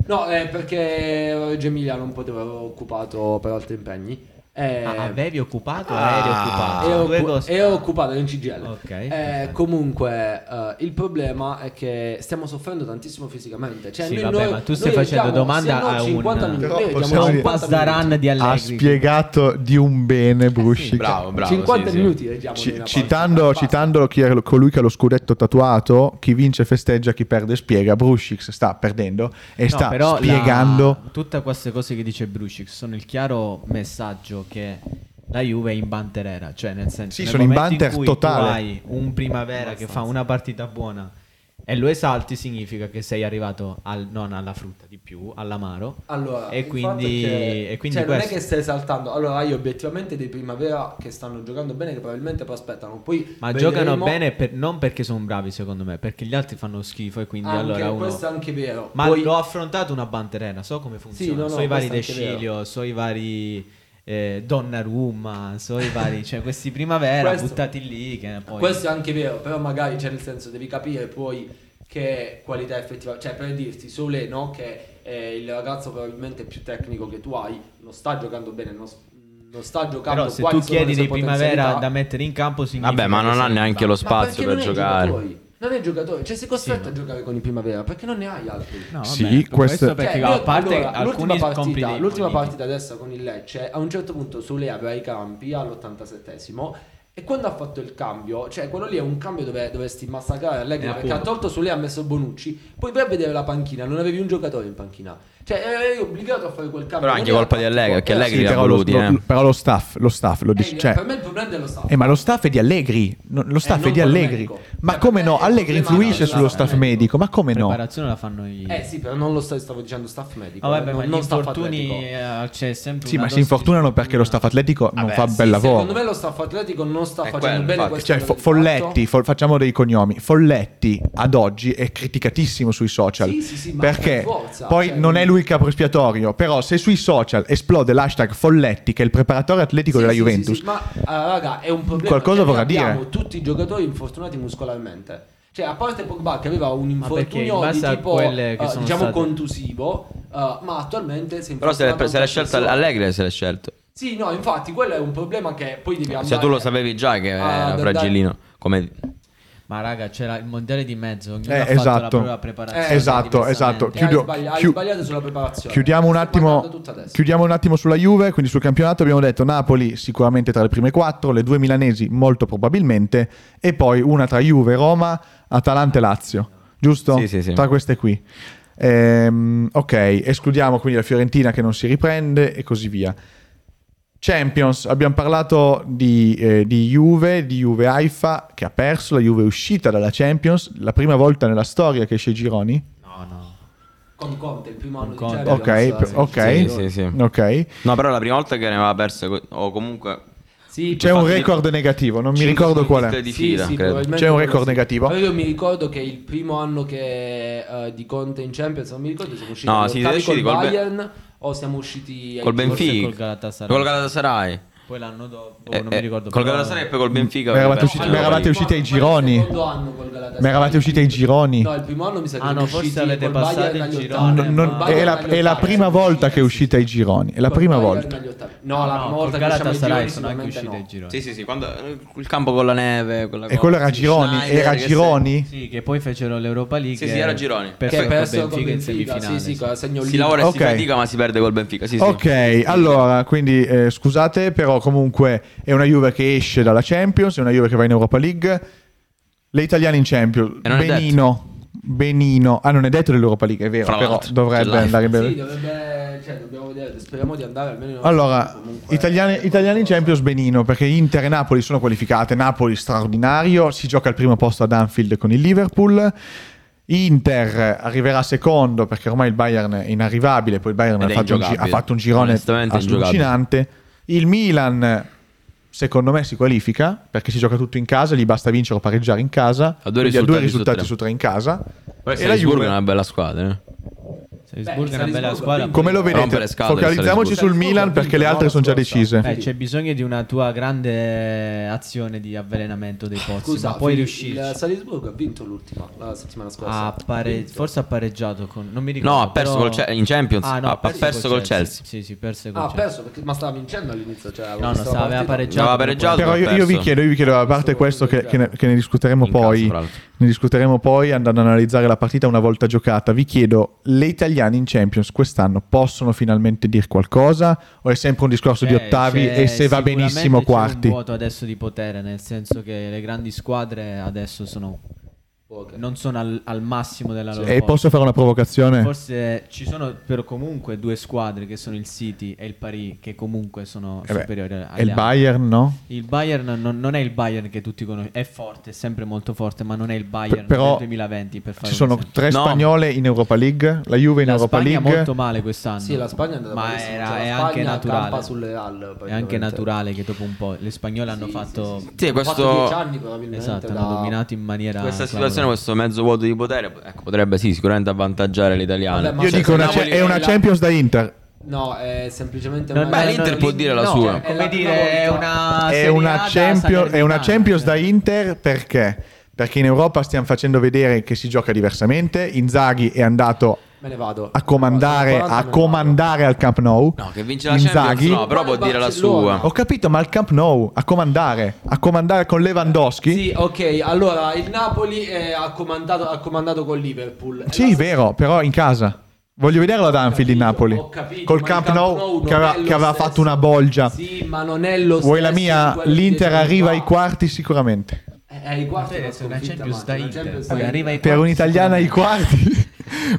Speaker 4: No, eh, perché Gemilia non poteva, ero occupato per altri impegni. Eh,
Speaker 3: Ah, avevi occupato?
Speaker 2: Ah.
Speaker 3: eri occupato.
Speaker 4: e ho,
Speaker 3: Due cose.
Speaker 4: e ho occupato in CGL.
Speaker 3: Ok,
Speaker 4: Eh,
Speaker 3: perfetto.
Speaker 4: comunque, eh, il problema è che stiamo soffrendo tantissimo fisicamente. Cioè,
Speaker 3: Sì,
Speaker 4: noi-
Speaker 3: vabbè,
Speaker 4: noi-
Speaker 3: ma tu
Speaker 4: noi
Speaker 3: stai facendo
Speaker 4: vediamo,
Speaker 3: domanda
Speaker 4: se no,
Speaker 3: a un-
Speaker 4: 50 minuti,
Speaker 1: Però
Speaker 4: noi vediamo
Speaker 1: possiamo
Speaker 3: a un
Speaker 4: 50 minuti.
Speaker 3: Pasdaran di
Speaker 1: Ha
Speaker 3: Allegri.
Speaker 1: spiegato di un bene Brucic.
Speaker 2: Bravo, bravo.
Speaker 4: 50
Speaker 2: sì, sì.
Speaker 4: minuti leggiamo
Speaker 1: Ci-
Speaker 4: di una
Speaker 1: citando
Speaker 4: partita.
Speaker 1: citando chi è lo- colui che ha lo scudetto tatuato, chi vince festeggia, chi perde spiega. Brucic sta perdendo e
Speaker 3: No,
Speaker 1: sta
Speaker 3: però la-
Speaker 1: spiegando.
Speaker 3: tutte queste cose che dice Brucic sono il chiaro messaggio che la Juve è in banterera, cioè nel senso
Speaker 1: Sì,
Speaker 3: nel
Speaker 1: sono in
Speaker 3: momento
Speaker 1: banter
Speaker 3: cui
Speaker 1: totale.
Speaker 3: tu hai un primavera che fa una partita buona e lo esalti significa che sei arrivato al- non alla frutta di più, all'amaro
Speaker 4: Allora,
Speaker 3: e
Speaker 4: il
Speaker 3: quindi,
Speaker 4: fatto è che-
Speaker 3: e quindi
Speaker 4: cioè, non è
Speaker 3: questo.
Speaker 4: che stai esaltando. Allora, hai obiettivamente dei primavera che stanno giocando bene, che probabilmente prospettano. Poi
Speaker 3: ma
Speaker 4: vedremo-
Speaker 3: giocano bene per- non perché sono bravi secondo me, perché gli altri fanno schifo e quindi
Speaker 4: Anche-
Speaker 3: allora uno...
Speaker 4: Questo è anche vero.
Speaker 3: Ma
Speaker 4: Poi-
Speaker 3: l'ho affrontato una banterena, so come funziona.
Speaker 4: no, no,
Speaker 3: so i vari De
Speaker 4: questo è anche
Speaker 3: Sciglio, so i vari eh, Donnarumma, so i vari, cioè questi primavera
Speaker 4: Questo-
Speaker 3: buttati lì. Che poi...
Speaker 4: Questo è anche vero, però magari c'è nel senso devi capire poi che qualità effettiva, cioè per dirti Sole no che eh, il ragazzo probabilmente più tecnico che tu hai non sta giocando bene, non, s- non sta giocando
Speaker 3: Però se
Speaker 4: quali
Speaker 3: tu
Speaker 4: sono le
Speaker 3: chiedi
Speaker 4: sue
Speaker 3: dei primavera
Speaker 4: potenzialità.
Speaker 3: da mettere in campo, significa
Speaker 2: Vabbè, ma
Speaker 3: che
Speaker 2: non ha
Speaker 3: sei
Speaker 2: neanche lo
Speaker 3: bravo.
Speaker 4: Ma perché
Speaker 2: spazio per
Speaker 4: non è
Speaker 2: giocare.
Speaker 4: giocatori? Non è giocatore, cioè sei costretto
Speaker 3: Sì, ma-
Speaker 4: a giocare con i primavera perché non ne hai altri.
Speaker 3: No, vabbè,
Speaker 1: Sì,
Speaker 3: questo,
Speaker 1: questo-
Speaker 3: perché
Speaker 4: Cioè,
Speaker 3: a
Speaker 4: io-
Speaker 3: parte
Speaker 4: allora,
Speaker 3: alcuni
Speaker 4: l'ultima partita,
Speaker 3: compiti
Speaker 4: l'ultima partita adesso con il Lecce, a un certo punto Sule aveva i campi all'87esimo. E E quando ha fatto il cambio, cioè quello lì è un cambio dove dovresti massacrare Allegri
Speaker 2: Eh,
Speaker 4: perché
Speaker 2: appunto.
Speaker 4: ha tolto su lei, ha messo Bonucci, poi vai a vedere la panchina, non avevi un giocatore in panchina. Cioè eri obbligato a fare quel cambio.
Speaker 2: Però anche
Speaker 4: Non era
Speaker 2: colpa di Allegri,
Speaker 4: fatto.
Speaker 2: perché Allegri
Speaker 1: Sì,
Speaker 2: li ha
Speaker 1: però,
Speaker 2: voluti,
Speaker 1: lo,
Speaker 2: eh.
Speaker 1: lo- però lo staff, lo staff, lo
Speaker 4: Eh,
Speaker 1: dice- cioè-
Speaker 4: per me il problema è dello staff.
Speaker 1: Eh, ma lo staff è di Allegri, no- lo staff è
Speaker 4: Eh, non
Speaker 1: di Allegri.
Speaker 4: Domenico.
Speaker 1: Ma
Speaker 4: Eh,
Speaker 1: come
Speaker 4: per
Speaker 1: no?
Speaker 4: me è
Speaker 1: Allegri
Speaker 4: il problema
Speaker 1: influisce
Speaker 4: dello
Speaker 1: sullo
Speaker 4: staff
Speaker 1: staff medico, ma come no?
Speaker 3: preparazione la fanno i...
Speaker 4: Eh sì, però non lo sta- stavo dicendo staff medico. eh,
Speaker 3: Ah, vabbè, ma
Speaker 4: non,
Speaker 3: gli
Speaker 4: non staff
Speaker 3: infortuni
Speaker 4: atletico.
Speaker 3: eh, c'è sempre
Speaker 1: Sì,
Speaker 3: una
Speaker 1: ma si
Speaker 3: dose di
Speaker 1: infortunano perché lo staff
Speaker 3: sfortuna.
Speaker 1: atletico non
Speaker 2: Vabbè,
Speaker 1: fa un
Speaker 2: sì,
Speaker 1: bel
Speaker 4: Secondo
Speaker 1: lavoro.
Speaker 4: me lo staff atletico non sta
Speaker 2: È
Speaker 4: facendo
Speaker 2: quello,
Speaker 4: bene
Speaker 2: infatti.
Speaker 4: questo.
Speaker 1: Cioè, fo-
Speaker 4: fatto.
Speaker 1: Folletti, fol- facciamo dei cognomi. Folletti ad oggi è criticatissimo sui social.
Speaker 4: Sì, sì, sì, ma
Speaker 1: perché
Speaker 4: per forza,
Speaker 1: poi
Speaker 4: cioè,
Speaker 1: non è lui il capo espiatorio. Però, se sui social esplode l'hashtag Folletti, che è il preparatore atletico
Speaker 4: Sì,
Speaker 1: della
Speaker 4: sì,
Speaker 1: Juventus,
Speaker 4: sì, sì, ma ah, raga, è un problema.
Speaker 1: Qualcosa
Speaker 4: cioè, noi
Speaker 1: vorrà dire.
Speaker 4: Abbiamo tutti i giocatori infortunati muscolarmente. Cioè, a parte Pogba che aveva un
Speaker 3: Ma perché, in
Speaker 4: infortunio di
Speaker 3: base a
Speaker 4: tipo
Speaker 3: quelle che
Speaker 4: eh,
Speaker 3: sono
Speaker 4: diciamo
Speaker 3: state-
Speaker 4: contusivo, eh, ma attualmente si è
Speaker 2: Però se l'è,
Speaker 4: infortunato
Speaker 2: se l'è
Speaker 4: un
Speaker 2: scelto
Speaker 4: calciatore.
Speaker 2: Allegri, se l'è scelto.
Speaker 4: Sì, no, infatti, quello è un problema che poi devi andare.
Speaker 2: Se tu lo sapevi già che
Speaker 4: Ah,
Speaker 2: era
Speaker 4: da-
Speaker 2: fragilino, come
Speaker 3: Ma raga, c'era il mondiale di mezzo, ognuno
Speaker 1: Eh,
Speaker 3: ha fatto la
Speaker 1: esatto.
Speaker 3: propria preparazione.
Speaker 4: Eh,
Speaker 1: esatto,
Speaker 3: diversamente.
Speaker 1: esatto.
Speaker 4: Eh, hai
Speaker 1: Chiudo-
Speaker 4: sbagli- hai
Speaker 1: chiu-
Speaker 4: sbagliato sulla preparazione.
Speaker 1: Chiudiamo un,
Speaker 4: Stai
Speaker 1: attimo,
Speaker 4: guardando tutto adesso.
Speaker 1: chiudiamo un attimo sulla Juve, quindi sul campionato abbiamo detto Napoli sicuramente tra le prime quattro, le due milanesi molto probabilmente, e poi una tra Juve, Roma, Atalanta e Lazio, giusto?
Speaker 2: Sì, sì, sì.
Speaker 1: Tra queste qui. Ehm, ok, escludiamo quindi la Fiorentina che non si riprende e così via. Champions, abbiamo parlato di, eh, di Juve, di Juve Haifa che ha perso, la Juve è uscita dalla Champions, la prima volta nella storia che esce Gironi.
Speaker 3: No, no.
Speaker 4: Con Conte, il primo anno
Speaker 3: Con
Speaker 4: di
Speaker 3: Conte.
Speaker 4: Champions,
Speaker 1: Ok,
Speaker 4: eh, sì.
Speaker 1: ok.
Speaker 2: Sì, sì, sì.
Speaker 1: Ok.
Speaker 2: No, però è la prima volta che ne aveva perse co- o comunque
Speaker 4: Sì,
Speaker 1: C'è un record negativo, non mi
Speaker 2: cinque
Speaker 1: ricordo qual è.
Speaker 2: sconfitte di
Speaker 4: Sì,
Speaker 2: fila,
Speaker 4: sì,
Speaker 2: credo.
Speaker 4: probabilmente
Speaker 1: C'è un
Speaker 4: quello
Speaker 1: record negativo?
Speaker 4: Però io mi ricordo che il primo anno che eh, di Conte in Champions, non mi ricordo se siamo usciti
Speaker 2: No,
Speaker 4: agli
Speaker 2: sì,
Speaker 4: ottavi
Speaker 2: siete usciti
Speaker 4: col
Speaker 2: col Be-
Speaker 4: Bayern o siamo usciti ai
Speaker 2: col
Speaker 4: gironi.
Speaker 3: Forse
Speaker 2: Benfica.
Speaker 3: col Galatasaray.
Speaker 2: Col Galatasaray.
Speaker 4: Oh,
Speaker 3: Poi l'anno dopo, boh,
Speaker 2: Eh,
Speaker 3: non mi
Speaker 2: eh,
Speaker 3: ricordo.
Speaker 2: Col
Speaker 3: però-
Speaker 2: Galatasaray e poi col Benfica.
Speaker 1: Ma eravate
Speaker 2: aveva
Speaker 1: usciti-
Speaker 2: perso.
Speaker 1: ma eravate
Speaker 2: Allora,
Speaker 1: uscite ai
Speaker 4: Ma Ah, il
Speaker 1: gironi?
Speaker 4: secondo anno col Galatasaray.
Speaker 1: Ma eravate usciti ai gironi?
Speaker 4: No, il primo anno mi sa che
Speaker 3: Ah, no,
Speaker 4: siamo
Speaker 3: forse
Speaker 4: usciti
Speaker 3: avete
Speaker 4: col
Speaker 3: passato
Speaker 4: Bayern
Speaker 3: il
Speaker 4: agli
Speaker 3: girone,
Speaker 4: ottavi.
Speaker 1: Non- non-
Speaker 4: Col
Speaker 3: ma-
Speaker 1: è,
Speaker 4: Bayern
Speaker 1: la,
Speaker 4: agli
Speaker 1: è la
Speaker 4: ottavi
Speaker 1: prima
Speaker 4: siamo
Speaker 1: volta che è
Speaker 4: usciti.
Speaker 1: uscita ai gironi, è la
Speaker 4: Col
Speaker 1: prima
Speaker 4: Bayern
Speaker 1: volta.
Speaker 4: agli ottavi. No, la
Speaker 3: No,
Speaker 4: prima
Speaker 3: col
Speaker 4: volta che usciamo ai
Speaker 3: Galatasaray
Speaker 4: gironi
Speaker 3: sono anche
Speaker 4: sicuramente
Speaker 3: usciti
Speaker 4: no.
Speaker 3: ai gironi.
Speaker 2: Sì, sì, sì, quando il campo con la neve, quella
Speaker 1: E quello
Speaker 2: cosa.
Speaker 1: era Gironi,
Speaker 2: Schneider,
Speaker 1: era
Speaker 2: che se-
Speaker 1: Gironi?
Speaker 3: Sì, che poi fecero l'Europa League.
Speaker 2: Sì, sì, era Gironi.
Speaker 4: Che
Speaker 3: Perso
Speaker 4: è
Speaker 3: perso
Speaker 4: perso
Speaker 3: con Benfica in semifinale.
Speaker 4: Sì, sì,
Speaker 3: sì.
Speaker 4: con segno
Speaker 2: Si
Speaker 4: lì.
Speaker 2: lavora e
Speaker 1: Ok.
Speaker 2: si fatica, ma si perde col Benfica. Sì, sì.
Speaker 1: Ok, allora, quindi eh, scusate, però comunque è una Juve che esce dalla Champions, è una Juve che va in Europa League. Le italiane in Champions,
Speaker 2: E non è
Speaker 1: Benino, Benino. Ah, non è detto dell'Europa League, è vero,
Speaker 2: Fra
Speaker 1: però
Speaker 2: l'altro, c'è
Speaker 1: dovrebbe
Speaker 2: l'Aifa.
Speaker 1: andare bene.
Speaker 4: Sì, dovrebbe, cioè, dobbiamo vedere, speriamo di andare almeno in Europa
Speaker 1: Allora,
Speaker 4: League, comunque. eh,
Speaker 1: italiani, italiani in Champions benino, perché Inter e Napoli sono qualificate, Napoli straordinario, si gioca al primo posto ad Anfield con il Liverpool, Inter arriverà secondo perché ormai il Bayern è inarrivabile, poi il Bayern ha
Speaker 2: Ed è
Speaker 1: fatto, un, gi- ha
Speaker 2: ingiocabile.
Speaker 1: fatto un girone
Speaker 2: Onestamente è
Speaker 1: allucinante, il Milan secondo me si qualifica perché si gioca tutto in casa, gli basta vincere o pareggiare in casa,
Speaker 2: Ha due
Speaker 1: quindi ha due
Speaker 2: risultati su
Speaker 1: risultati
Speaker 2: tre.
Speaker 1: su tre in casa,
Speaker 2: Poi
Speaker 1: e la
Speaker 2: Salisburgo
Speaker 1: Juve...
Speaker 2: è una bella squadra. eh.
Speaker 3: Salisburgo
Speaker 4: Beh,
Speaker 3: è una bella
Speaker 4: Salisburgo,
Speaker 3: squadra.
Speaker 4: quindi-
Speaker 1: Come lo
Speaker 2: Rompe
Speaker 1: vedete?
Speaker 2: le scatole,
Speaker 1: Focalizziamoci sul
Speaker 4: Salisburgo.
Speaker 1: Milan perché le altre sono già decise.
Speaker 3: Eh, c'è bisogno di una tua grande azione di avvelenamento dei pozzi.
Speaker 4: Scusa,
Speaker 3: ma puoi
Speaker 4: il-
Speaker 3: riuscirci.
Speaker 4: Il Salisburgo ha vinto l'ultima, la settimana scorsa.
Speaker 3: Ha pare-
Speaker 4: Ha vinto.
Speaker 3: Forse ha pareggiato con. Non mi ricordo.
Speaker 2: No, ha perso
Speaker 3: però-
Speaker 2: col Ce- in Champions.
Speaker 3: Ah, no,
Speaker 2: ha, ha perso, col Chelsea.
Speaker 3: Sì, sì, perse col
Speaker 4: Ah, ha
Speaker 3: Chelsea.
Speaker 4: perso perché ma stava vincendo all'inizio, cioè
Speaker 3: No, no, stava- aveva pareggiato.
Speaker 2: Aveva pareggiato.
Speaker 1: Però io,
Speaker 2: ha
Speaker 1: io vi
Speaker 2: perso.
Speaker 1: chiedo, io vi chiedo, a parte questo che, che ne, che ne discuteremo
Speaker 2: In
Speaker 1: poi,
Speaker 2: cazzo, fra l'altro.
Speaker 1: ne discuteremo poi andando ad analizzare la partita una volta giocata, vi chiedo, le italiane in Champions quest'anno possono finalmente dire qualcosa o è sempre un discorso di
Speaker 3: C'è-
Speaker 1: ottavi
Speaker 3: Eh,
Speaker 1: e se
Speaker 3: c'è-
Speaker 1: va
Speaker 3: cioè, sicuramente
Speaker 1: benissimo
Speaker 3: C'è un
Speaker 1: quarti?
Speaker 3: vuoto adesso di potere, nel senso che le grandi squadre adesso sono, non sono al, al massimo della loro
Speaker 1: E
Speaker 3: forza.
Speaker 1: Eh, posso fare una provocazione?
Speaker 3: Forse ci sono però comunque due squadre che sono il City e il Paris che comunque sono
Speaker 1: Eh beh,
Speaker 3: superiori alle
Speaker 1: e il
Speaker 3: altre.
Speaker 1: Bayern no?
Speaker 3: Il Bayern non, non è il Bayern che tutti conoscono, è forte, è sempre molto forte, ma non è il Bayern
Speaker 1: P- però
Speaker 3: del 2020 per fare
Speaker 1: Ci
Speaker 3: un
Speaker 1: sono
Speaker 3: esempio.
Speaker 1: tre
Speaker 2: No.
Speaker 1: spagnole in Europa League, la Juve in
Speaker 3: la
Speaker 1: Europa
Speaker 3: Spagna
Speaker 1: League.
Speaker 3: molto male quest'anno.
Speaker 4: Sì, la Spagna è andata
Speaker 3: ma
Speaker 4: malissimo,
Speaker 3: era-
Speaker 4: cioè, la
Speaker 3: è anche
Speaker 4: Spagna
Speaker 3: naturale.
Speaker 4: campa sulle Real,
Speaker 3: è anche
Speaker 4: praticamente.
Speaker 3: naturale che dopo un po' le spagnole hanno fatto
Speaker 2: Sì,
Speaker 4: Hanno
Speaker 2: questo-
Speaker 4: fatto dieci anni probabilmente
Speaker 3: Esatto,
Speaker 4: da-
Speaker 3: hanno dominato in maniera
Speaker 2: Questa
Speaker 3: clamorosa.
Speaker 2: situazione, questo mezzo vuoto di potere, ecco, potrebbe sì, sicuramente avvantaggiare l'italiano.
Speaker 4: Vabbè, ma-
Speaker 1: Io
Speaker 4: Cioè,
Speaker 1: dico,
Speaker 4: se
Speaker 1: una-
Speaker 4: Napoli
Speaker 1: è una
Speaker 4: è la-
Speaker 1: Champions da Inter.
Speaker 4: No, è semplicemente
Speaker 3: No,
Speaker 4: una-
Speaker 2: Beh, l'Inter può dire la sua.
Speaker 4: È la
Speaker 3: Come
Speaker 4: diciamo. prima
Speaker 3: dire, è
Speaker 4: volta.
Speaker 3: una,
Speaker 1: è
Speaker 3: Ah, Serie A
Speaker 1: una,
Speaker 3: da
Speaker 1: Champion- è una
Speaker 3: salernitana,
Speaker 1: Champions
Speaker 3: cioè.
Speaker 1: da Inter perché? Perché in Europa stiamo facendo vedere che si gioca diversamente. Inzaghi è andato
Speaker 4: Me ne vado.
Speaker 1: a comandare, a
Speaker 4: Sono 40, me ne
Speaker 1: comandare al Camp Nou.
Speaker 2: No, che vince la
Speaker 1: Inzaghi.
Speaker 2: Champions, no, però può dire la
Speaker 4: Barcellona.
Speaker 2: sua.
Speaker 1: Ho capito, ma al Camp Nou a comandare, a comandare con Lewandowski.
Speaker 4: vado. Sì, ok, allora il Napoli eh, ha, comandato, ha comandato con Liverpool.
Speaker 1: Sì,
Speaker 4: La-
Speaker 1: vero, però in casa. Voglio vederlo ad Anfield in Napoli.
Speaker 4: Ho capito,
Speaker 1: Col
Speaker 4: ma il
Speaker 1: Camp Nou,
Speaker 4: non
Speaker 1: che aveva,
Speaker 4: è lo
Speaker 1: che aveva
Speaker 4: stesso.
Speaker 1: fatto una bolgia.
Speaker 4: Sì, ma non è lo
Speaker 1: Vuoi la
Speaker 4: stesso di
Speaker 1: mia?
Speaker 4: quello di
Speaker 1: L'Inter
Speaker 4: dieci anni
Speaker 1: arriva
Speaker 4: fa.
Speaker 1: ai quarti sicuramente.
Speaker 4: Eh, ai quarti
Speaker 5: Sì,
Speaker 4: una
Speaker 5: se una
Speaker 4: sconfitta,
Speaker 5: Champions
Speaker 4: ma-
Speaker 5: da
Speaker 4: una
Speaker 5: Inter,
Speaker 4: Champions
Speaker 5: poi
Speaker 4: da
Speaker 5: arriva ai
Speaker 4: Inter.
Speaker 1: Per un'italiana ai quarti.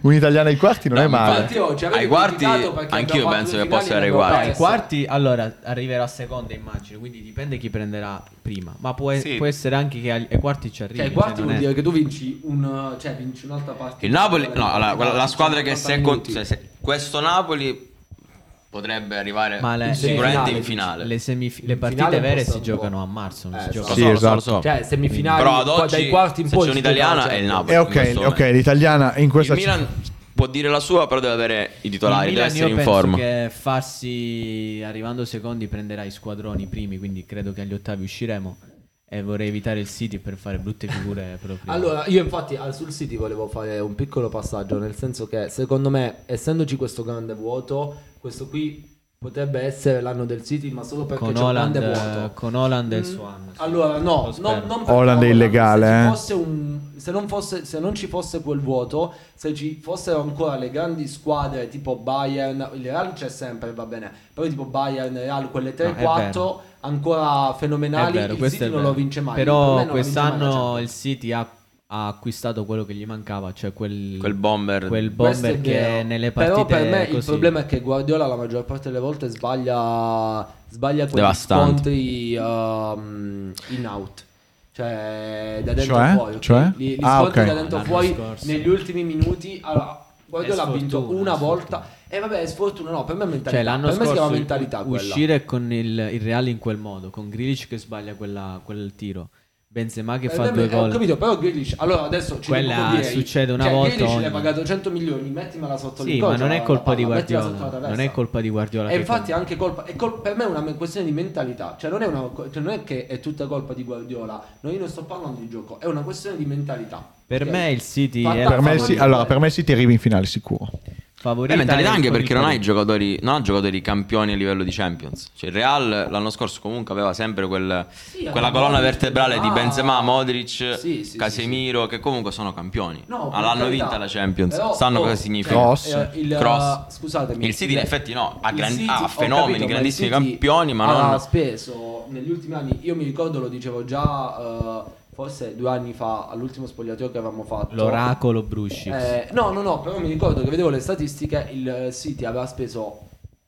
Speaker 1: un'italiana ai quarti non
Speaker 2: No,
Speaker 1: è male.
Speaker 2: infatti-
Speaker 4: Infatti, oh, ci avete
Speaker 2: Ai quarti,
Speaker 4: criticato perché
Speaker 2: anch'io
Speaker 4: abbiamo
Speaker 2: penso
Speaker 4: fatto
Speaker 2: che
Speaker 4: due
Speaker 2: possa essere ai
Speaker 4: finali e abbiamo
Speaker 2: quarti.
Speaker 3: Ai
Speaker 4: perso.
Speaker 3: Eh, quarti, allora, arriverà seconda immagino, quindi dipende chi prenderà prima. Ma può,
Speaker 5: Sì.
Speaker 3: può essere anche che agli- ai quarti ci arrivi.
Speaker 4: Cioè, ai
Speaker 3: cioè,
Speaker 4: quarti
Speaker 3: non
Speaker 4: vuol
Speaker 3: è-
Speaker 4: dire che tu vinci, un, cioè, vinci un'altra Cioè, partita.
Speaker 2: Il Napoli, no, allora, quella- la squadra che
Speaker 4: 80
Speaker 2: se, con-
Speaker 4: minuti.
Speaker 2: cioè, se- questo Napoli potrebbe arrivare
Speaker 3: Ma le-
Speaker 2: sicuramente
Speaker 4: le
Speaker 2: in finale.
Speaker 3: Le, semif- le
Speaker 4: In finale
Speaker 3: partite
Speaker 4: è un po'
Speaker 3: vere si
Speaker 4: stato un po'.
Speaker 3: giocano a marzo, non
Speaker 4: Eh,
Speaker 3: si
Speaker 4: esatto.
Speaker 2: Lo
Speaker 1: Sì,
Speaker 2: so, lo so,
Speaker 1: esatto.
Speaker 2: lo so.
Speaker 4: Cioè, semifinali,
Speaker 2: Però ad
Speaker 4: qua-
Speaker 2: oggi,
Speaker 4: dai quarti in
Speaker 2: se
Speaker 4: poi
Speaker 2: c'è
Speaker 4: si gioca cioè, la
Speaker 2: un'italiana, è il
Speaker 4: Champions.
Speaker 2: Napoli.
Speaker 1: È Eh, ok,
Speaker 2: questo
Speaker 1: ok,
Speaker 2: momento.
Speaker 1: l'italiana in questa
Speaker 2: Il Milan può dire la sua, però deve avere i titolari,
Speaker 3: Il
Speaker 2: deve
Speaker 3: Milan
Speaker 2: essere
Speaker 3: io
Speaker 2: in
Speaker 3: penso
Speaker 2: forma.
Speaker 3: che farsi arrivando secondi prenderà i squadroni primi, quindi credo che agli ottavi usciremo e vorrei evitare il City per fare brutte figure proprio.
Speaker 4: Allora, io infatti al- sul City volevo fare un piccolo passaggio, nel senso che secondo me, essendoci questo grande vuoto, questo qui potrebbe essere l'anno del City, ma solo perché
Speaker 3: con
Speaker 4: c'è
Speaker 3: Holland,
Speaker 4: un grande vuoto.
Speaker 3: con Holland e il
Speaker 4: Mm,
Speaker 3: suo anno. sì.
Speaker 4: Allora,
Speaker 3: Lo
Speaker 4: no,
Speaker 3: spero.
Speaker 4: non, non
Speaker 1: Holland è
Speaker 4: per Holland,
Speaker 1: illegale,
Speaker 4: Se,
Speaker 1: eh.
Speaker 4: ci fosse un- se non fosse- se non ci fosse quel vuoto, se ci fossero ancora le grandi squadre tipo Bayern, il Real c'è sempre, va bene, però tipo Bayern, Real, quelle
Speaker 3: No, è
Speaker 4: 3-4 ancora
Speaker 3: È
Speaker 4: fenomenali,
Speaker 3: vero,
Speaker 4: il
Speaker 3: questo
Speaker 4: City
Speaker 3: è
Speaker 4: non
Speaker 3: vero.
Speaker 4: lo vince mai. Per me
Speaker 3: Però
Speaker 4: non vince mai la
Speaker 3: quest'anno
Speaker 4: Champions.
Speaker 3: il City ha, ha acquistato quello che gli mancava, cioè quel,
Speaker 2: Quel bomber.
Speaker 3: quel
Speaker 4: Questo
Speaker 3: bomber
Speaker 4: è
Speaker 3: che
Speaker 4: vero.
Speaker 3: nelle
Speaker 4: Però
Speaker 3: partite
Speaker 4: per me il
Speaker 3: così-
Speaker 4: problema è che Guardiola la maggior parte delle volte sbaglia, sbaglia quegli
Speaker 2: Devastante.
Speaker 4: scontri um, in out. Cioè, da dentro
Speaker 1: Cioè?
Speaker 4: fuori. ok?
Speaker 1: Cioè?
Speaker 4: Gli, gli
Speaker 1: Ah,
Speaker 4: scontri
Speaker 1: ok.
Speaker 4: da dentro
Speaker 3: L'anno
Speaker 4: fuori
Speaker 3: scorso.
Speaker 4: negli ultimi minuti. Allora, Guardiola
Speaker 3: È
Speaker 4: ha vinto
Speaker 3: sfortuna,
Speaker 4: una
Speaker 3: è sfortuna.
Speaker 4: volta. E vabbè, è sfortuna, no, per me è mentalità.
Speaker 3: Cioè, l'anno
Speaker 4: per me si
Speaker 3: scorso
Speaker 4: chiama mentalità quella.
Speaker 3: uscire con il, il Real in quel modo, con Grealish che sbaglia quella- quel tiro, Benzema che
Speaker 4: Per
Speaker 3: fa
Speaker 4: me-
Speaker 3: due
Speaker 4: eh, Ho
Speaker 3: gol.
Speaker 4: capito, però Grealish. Allora adesso ci
Speaker 3: Quella
Speaker 4: devo dire,
Speaker 3: succede una
Speaker 4: cioè,
Speaker 3: volta
Speaker 4: Grealish
Speaker 3: ogni-
Speaker 4: l'hai pagato 100 milioni, mettimela sotto
Speaker 3: Sì,
Speaker 4: l'incrocio,
Speaker 3: ma non è
Speaker 4: la-
Speaker 3: colpa
Speaker 4: la
Speaker 3: di
Speaker 4: palla, mettila sotto
Speaker 3: Guardiola,
Speaker 4: la
Speaker 3: non
Speaker 4: traversa.
Speaker 3: è colpa di Guardiola.
Speaker 4: E
Speaker 3: che
Speaker 4: infatti anche colpa, è col- per me è una men- questione di mentalità, cioè non è, una, co- cioè non è che è tutta colpa di Guardiola, no, io non sto parlando di gioco, è una questione di mentalità.
Speaker 3: Per
Speaker 4: Ok?
Speaker 3: me il City
Speaker 4: Fatta-
Speaker 3: è
Speaker 1: Per me,
Speaker 4: Napoli-
Speaker 1: sì, allora, per me sì, ti arrivi in finale sicuro.
Speaker 2: È
Speaker 3: favorita
Speaker 2: mentalità
Speaker 3: nel-
Speaker 2: anche
Speaker 3: con
Speaker 2: Eh, perché
Speaker 3: il
Speaker 2: non ha i
Speaker 3: Paris.
Speaker 2: giocatori, non ha giocatori campioni a livello di Champions. Cioè, il Real l'anno scorso comunque aveva sempre quel-
Speaker 4: Sì,
Speaker 2: quella
Speaker 4: aveva
Speaker 2: colonna
Speaker 4: Modric,
Speaker 2: vertebrale di
Speaker 4: Benzema.
Speaker 2: Benzema, Modric,
Speaker 4: Sì, sì,
Speaker 2: Casemiro, che comunque sono campioni.
Speaker 4: No, per
Speaker 2: L'hanno
Speaker 4: carità.
Speaker 2: vinta la Champions,
Speaker 4: Però,
Speaker 2: sanno
Speaker 4: oh,
Speaker 2: cosa
Speaker 4: cioè,
Speaker 2: significa.
Speaker 1: Cross.
Speaker 4: eh, il,
Speaker 2: Cross.
Speaker 4: eh, scusatemi.
Speaker 2: Il City in effetti no, ha
Speaker 4: il
Speaker 2: gran-
Speaker 4: City-
Speaker 2: ha
Speaker 4: ho
Speaker 2: fenomeni,
Speaker 4: ma il
Speaker 2: grandissimi
Speaker 4: City
Speaker 2: campioni, ma
Speaker 4: ha
Speaker 2: non-
Speaker 4: speso negli ultimi anni, io mi ricordo lo dicevo già eh, forse due anni fa all'ultimo spogliatoio che avevamo fatto.
Speaker 3: L'oracolo Brusci.
Speaker 4: Eh, no, no, no, però mi ricordo che vedevo le statistiche, il eh, City aveva speso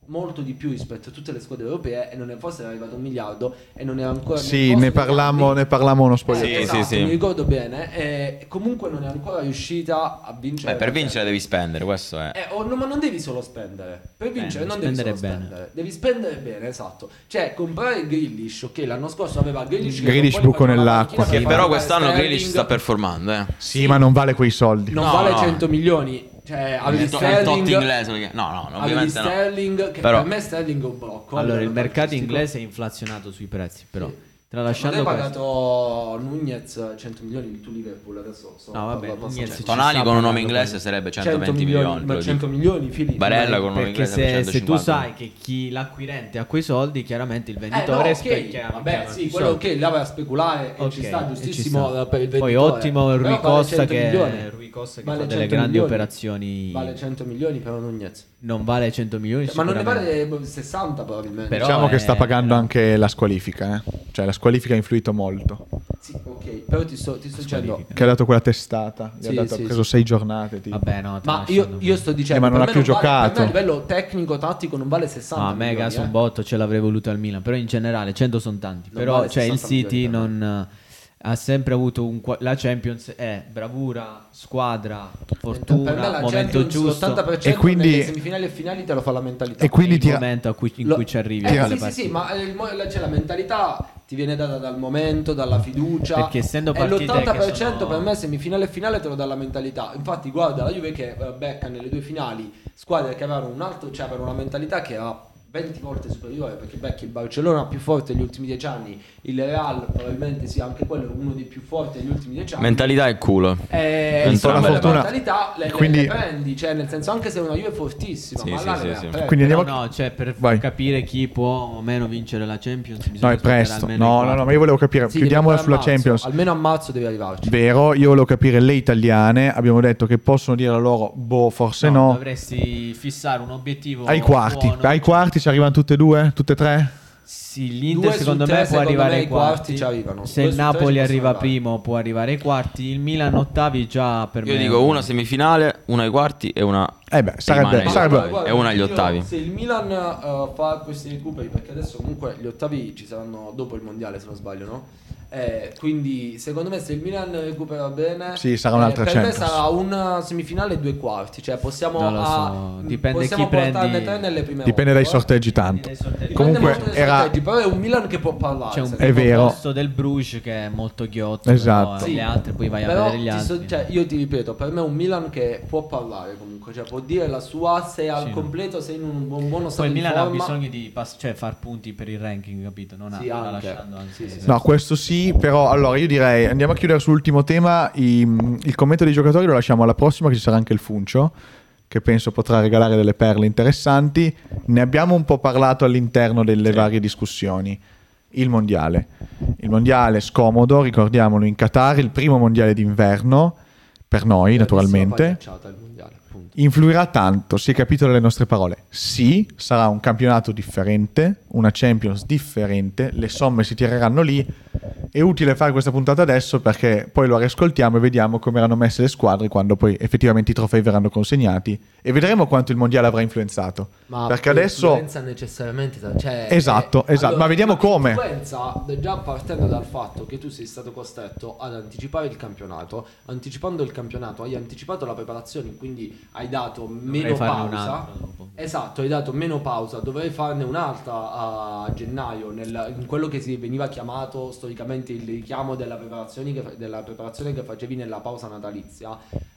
Speaker 4: molto di più rispetto a tutte le squadre europee e non è, forse era arrivato a un miliardo e non era ancora... nel
Speaker 1: Sì,
Speaker 4: posto
Speaker 1: ne
Speaker 4: dei
Speaker 1: parlammo,
Speaker 4: campi.
Speaker 1: ne parlammo uno
Speaker 4: Eh,
Speaker 1: spogliatoio.
Speaker 2: Sì,
Speaker 4: esatto,
Speaker 2: sì, sì.
Speaker 4: mi ricordo bene. eh, comunque non è ancora riuscita a vincere.
Speaker 2: Beh, per vincere devi spendere, questo è.
Speaker 4: cioè. Eh, oh, no, ma non devi solo spendere. Per vincere
Speaker 3: devi
Speaker 4: non devi
Speaker 3: spendere
Speaker 4: solo spendere.
Speaker 3: bene.
Speaker 4: Devi spendere bene, esatto. Cioè, comprare Grealish, ok, l'anno scorso aveva Grealish... che
Speaker 1: Grealish
Speaker 4: non poi
Speaker 1: buco
Speaker 4: faceva la
Speaker 1: nell'acqua.
Speaker 4: panchina,
Speaker 2: Che
Speaker 4: faceva
Speaker 2: però
Speaker 4: giocare
Speaker 2: quest'anno
Speaker 4: Sterling.
Speaker 2: Grealish sta performando, eh.
Speaker 1: Sì, ma non vale quei soldi.
Speaker 4: Non
Speaker 2: No,
Speaker 4: vale
Speaker 2: no.
Speaker 4: 100 milioni. Cioè, avevi
Speaker 2: Il to- il tot
Speaker 4: Sterling...
Speaker 2: inglese, perché- no, no, no,
Speaker 4: Avevi
Speaker 2: ovviamente no.
Speaker 4: Sterling, che
Speaker 2: Però-
Speaker 4: per me Sterling è un blocco.
Speaker 3: Allora, il
Speaker 4: Allora,
Speaker 3: mercato
Speaker 4: calcistico.
Speaker 3: inglese è inflazionato sui prezzi, però.
Speaker 4: Non
Speaker 3: Tralasciando
Speaker 4: hai
Speaker 3: questo.
Speaker 4: pagato Nunez 100 milioni di tu Liverpool adesso. So,
Speaker 3: No, vabbè,
Speaker 4: parlo-
Speaker 3: Nunez
Speaker 4: cioè,
Speaker 2: Tonali
Speaker 3: sta
Speaker 2: con un nome
Speaker 3: parlando
Speaker 2: inglese
Speaker 3: poi.
Speaker 2: sarebbe
Speaker 4: 100
Speaker 2: 120 milioni. te
Speaker 4: ma
Speaker 2: lo
Speaker 4: 100
Speaker 2: dico.
Speaker 4: milioni, Filippo.
Speaker 2: Barella con un nome
Speaker 3: Perché
Speaker 2: inglese
Speaker 3: se,
Speaker 2: sarebbe
Speaker 3: se tu
Speaker 2: 150.
Speaker 3: sai che chi l'acquirente ha quei soldi, chiaramente il
Speaker 4: Eh,
Speaker 3: venditore
Speaker 4: no,
Speaker 3: specchia-
Speaker 4: ok, vabbè,
Speaker 3: chiama
Speaker 4: sì,
Speaker 3: più
Speaker 4: quello
Speaker 3: soldi.
Speaker 4: ok, là vai a speculare e
Speaker 3: Ok,
Speaker 4: ci sta
Speaker 3: e ci
Speaker 4: giustissimo
Speaker 3: sta.
Speaker 4: per il venditore.
Speaker 3: Poi ottimo
Speaker 4: Però
Speaker 3: Rui
Speaker 4: vale
Speaker 3: Costa
Speaker 4: 100
Speaker 3: che,
Speaker 4: milioni.
Speaker 3: Rui Costa che
Speaker 4: Vale
Speaker 3: fa
Speaker 4: 100
Speaker 3: delle grandi
Speaker 4: milioni.
Speaker 3: operazioni.
Speaker 4: Vale 100 milioni per Nunez.
Speaker 3: Non vale 100 milioni,
Speaker 4: Ma non ne
Speaker 3: sicuramente.
Speaker 4: vale 60 probabilmente.
Speaker 3: Però-
Speaker 1: diciamo
Speaker 3: è-
Speaker 1: che sta pagando anche la squalifica, eh. Cioè, la squalifica ha influito molto.
Speaker 4: Sì, ok, però ti sto, ti sto dicendo...
Speaker 1: Che ha dato quella testata. Gli ha,
Speaker 4: Sì,
Speaker 1: dato- ha
Speaker 4: sì,
Speaker 1: preso
Speaker 4: sì.
Speaker 1: sei giornate. tipo.
Speaker 3: Vabbè, no,
Speaker 4: Ma
Speaker 3: tralasciando
Speaker 4: io,
Speaker 3: quello.
Speaker 4: io sto dicendo...
Speaker 1: Eh, ma non
Speaker 4: per
Speaker 1: ha
Speaker 4: me
Speaker 1: più
Speaker 4: vale- per me
Speaker 1: giocato.
Speaker 4: a livello tecnico-tattico non vale 60
Speaker 3: No, a me
Speaker 4: milioni,
Speaker 3: gas
Speaker 4: eh.
Speaker 3: un Ah, botto ce l'avrei voluto al Milan, però in generale 100 sono tanti,
Speaker 4: Non
Speaker 3: però
Speaker 4: vale
Speaker 3: cioè il
Speaker 4: 60
Speaker 3: City
Speaker 4: milioni,
Speaker 3: non eh, ha sempre avuto un qua- la Champions è bravura, squadra,
Speaker 4: Per me la
Speaker 3: fortuna, momento
Speaker 4: Champions,
Speaker 3: giusto.
Speaker 4: l'80%
Speaker 1: E quindi-
Speaker 4: nelle semifinali e finali te lo fa la mentalità.
Speaker 1: E quindi
Speaker 3: il
Speaker 1: ti
Speaker 3: momento a cui- in
Speaker 4: Lo-
Speaker 3: cui ci arrivi
Speaker 4: Eh,
Speaker 3: a
Speaker 4: sì,
Speaker 3: quelle
Speaker 4: sì,
Speaker 3: partite.
Speaker 4: sì, ma il mo- la, cioè, la mentalità ti viene data dal momento, dalla fiducia.
Speaker 3: Perché essendo
Speaker 4: E
Speaker 3: partite
Speaker 4: l'80%
Speaker 3: che sono-
Speaker 4: per me semifinale e finale te lo dà la mentalità. Infatti, guarda la Juve che eh, becca nelle due finali squadre che avevano un altro, cioè avevano una mentalità che era 20 volte superiore perché vecchio il Barcellona è più forte negli ultimi 10 anni, il Real probabilmente sia anche quello uno dei più forti negli ultimi 10 anni.
Speaker 2: Mentalità e culo.
Speaker 4: Eh,
Speaker 2: Entrambe.
Speaker 4: sì, quella
Speaker 2: La
Speaker 1: fortuna.
Speaker 4: mentalità le, le-
Speaker 1: Quindi-
Speaker 4: le prendi, cioè nel senso anche se una Juve è fortissima,
Speaker 2: Sì,
Speaker 4: ma
Speaker 2: sì,
Speaker 4: là
Speaker 2: sì,
Speaker 4: le
Speaker 2: sì.
Speaker 4: prende.
Speaker 1: Quindi
Speaker 3: Però
Speaker 1: andiamo...
Speaker 3: no, cioè per
Speaker 1: Vai.
Speaker 3: capire chi può o meno vincere la Champions
Speaker 1: No,
Speaker 3: bisogna
Speaker 1: è
Speaker 3: aspettare
Speaker 1: presto.
Speaker 3: almeno i
Speaker 1: No, no, no,
Speaker 3: quarti.
Speaker 1: ma io volevo capire.
Speaker 4: Sì,
Speaker 1: Chiudiamola
Speaker 4: devi
Speaker 1: sulla
Speaker 4: arrivare a marzo.
Speaker 1: Champions.
Speaker 4: Almeno a marzo devi arrivarci.
Speaker 1: Vero, io volevo capire le italiane. Abbiamo detto che possono dire la loro, boh, forse no.
Speaker 3: dovresti fissare un obiettivo
Speaker 1: Ai quarti,
Speaker 3: buono.
Speaker 1: ai quarti ci arrivano tutte e due, tutte e tre?
Speaker 3: Sì,
Speaker 4: Due
Speaker 3: l'Inter
Speaker 4: su
Speaker 3: secondo
Speaker 4: tre,
Speaker 3: me può
Speaker 4: secondo
Speaker 3: arrivare
Speaker 4: me,
Speaker 3: ai
Speaker 4: i quarti
Speaker 3: quarti.
Speaker 4: ci arrivano.
Speaker 3: Se
Speaker 4: Due
Speaker 3: il
Speaker 4: su tre ci
Speaker 3: Napoli
Speaker 4: possono
Speaker 3: arriva
Speaker 4: arrivare.
Speaker 3: primo può arrivare ai quarti, il Milan ottavi già per
Speaker 2: Io
Speaker 3: me.
Speaker 2: dico una semifinale, una ai quarti e una.
Speaker 1: Eh beh, sarebbe-
Speaker 2: rimane-
Speaker 1: sarebbe-
Speaker 4: Ma guarda,
Speaker 2: E una agli
Speaker 4: io-
Speaker 2: ottavi.
Speaker 4: Se il Milan eh, fa questi recuperi, perché adesso comunque gli ottavi ci saranno dopo il mondiale, se non sbaglio, no? Eh, quindi secondo me se il Milan recupera bene, eh,
Speaker 1: Sì, sarà un'altra
Speaker 4: per me
Speaker 1: Champions.
Speaker 4: sarà una semifinale e due quarti. Cioè possiamo,
Speaker 3: Non lo so,
Speaker 4: a-
Speaker 3: dipende
Speaker 4: possiamo
Speaker 3: chi prendi-
Speaker 4: portarne tre nelle prime
Speaker 1: Dipende
Speaker 4: otto,
Speaker 1: dai
Speaker 4: eh.
Speaker 1: sorteggi tanto.
Speaker 3: Dai sorteggi.
Speaker 4: Dipende
Speaker 1: Comunque
Speaker 4: molto dai
Speaker 1: era
Speaker 4: sorteggi, però è un Milan che può parlare.
Speaker 3: C'è un
Speaker 4: secondo
Speaker 1: È
Speaker 4: me.
Speaker 1: vero.
Speaker 3: posto del Bruges che è molto ghiotto,
Speaker 1: Esatto.
Speaker 3: però, eh,
Speaker 4: Sì.
Speaker 3: le altre poi vai
Speaker 4: Però
Speaker 3: a vedere gli
Speaker 4: ti so-
Speaker 3: altri.
Speaker 4: cioè, io ti ripeto, per me è un Milan che può parlare comunque, cioè può dire la sua se è al
Speaker 3: Sì.
Speaker 4: completo, se è in un buon, buono
Speaker 3: poi
Speaker 4: stato
Speaker 3: il
Speaker 4: di
Speaker 3: Milan ha
Speaker 4: forma.
Speaker 3: bisogno di pass- cioè, far punti per il ranking, capito? Non ha
Speaker 4: Sì,
Speaker 3: sta
Speaker 4: anche.
Speaker 3: lasciando anzi.
Speaker 4: Sì, sì, sì.
Speaker 1: No, questo sì, però allora io direi andiamo a chiudere sull'ultimo tema. I- il commento dei giocatori lo lasciamo alla prossima, che ci sarà anche il Funcio, che penso potrà regalare delle perle interessanti. Ne abbiamo un po' parlato all'interno delle varie discussioni. Il mondiale. Il mondiale scomodo, ricordiamolo, in Qatar, il primo mondiale d'inverno, per noi naturalmente.
Speaker 4: Grandissima pagliacciata al mondiale, appunto.
Speaker 1: Influirà tanto, si è capito dalle nostre parole. Sì, sarà un campionato differente, una Champions differente, le somme si tireranno lì. È utile fare questa puntata adesso perché poi lo riascoltiamo e vediamo come erano messe le squadre quando poi effettivamente i trofei verranno consegnati e vedremo quanto il mondiale avrà influenzato.
Speaker 4: Ma
Speaker 1: perché adesso
Speaker 4: influenza necessariamente, cioè,
Speaker 1: Esatto, esatto, ma vediamo come.
Speaker 4: Influenza già partendo dal fatto che tu sei stato costretto ad anticipare il campionato, anticipando il campionato hai anticipato la preparazione, quindi hai dato meno
Speaker 3: farne un
Speaker 4: pausa.
Speaker 3: altro dopo.
Speaker 4: Esatto, hai dato meno pausa, dovrei farne un'altra a gennaio, nel- in quello che si veniva chiamato storicamente il richiamo della preparazione che, fa- della preparazione che facevi nella pausa natalizia,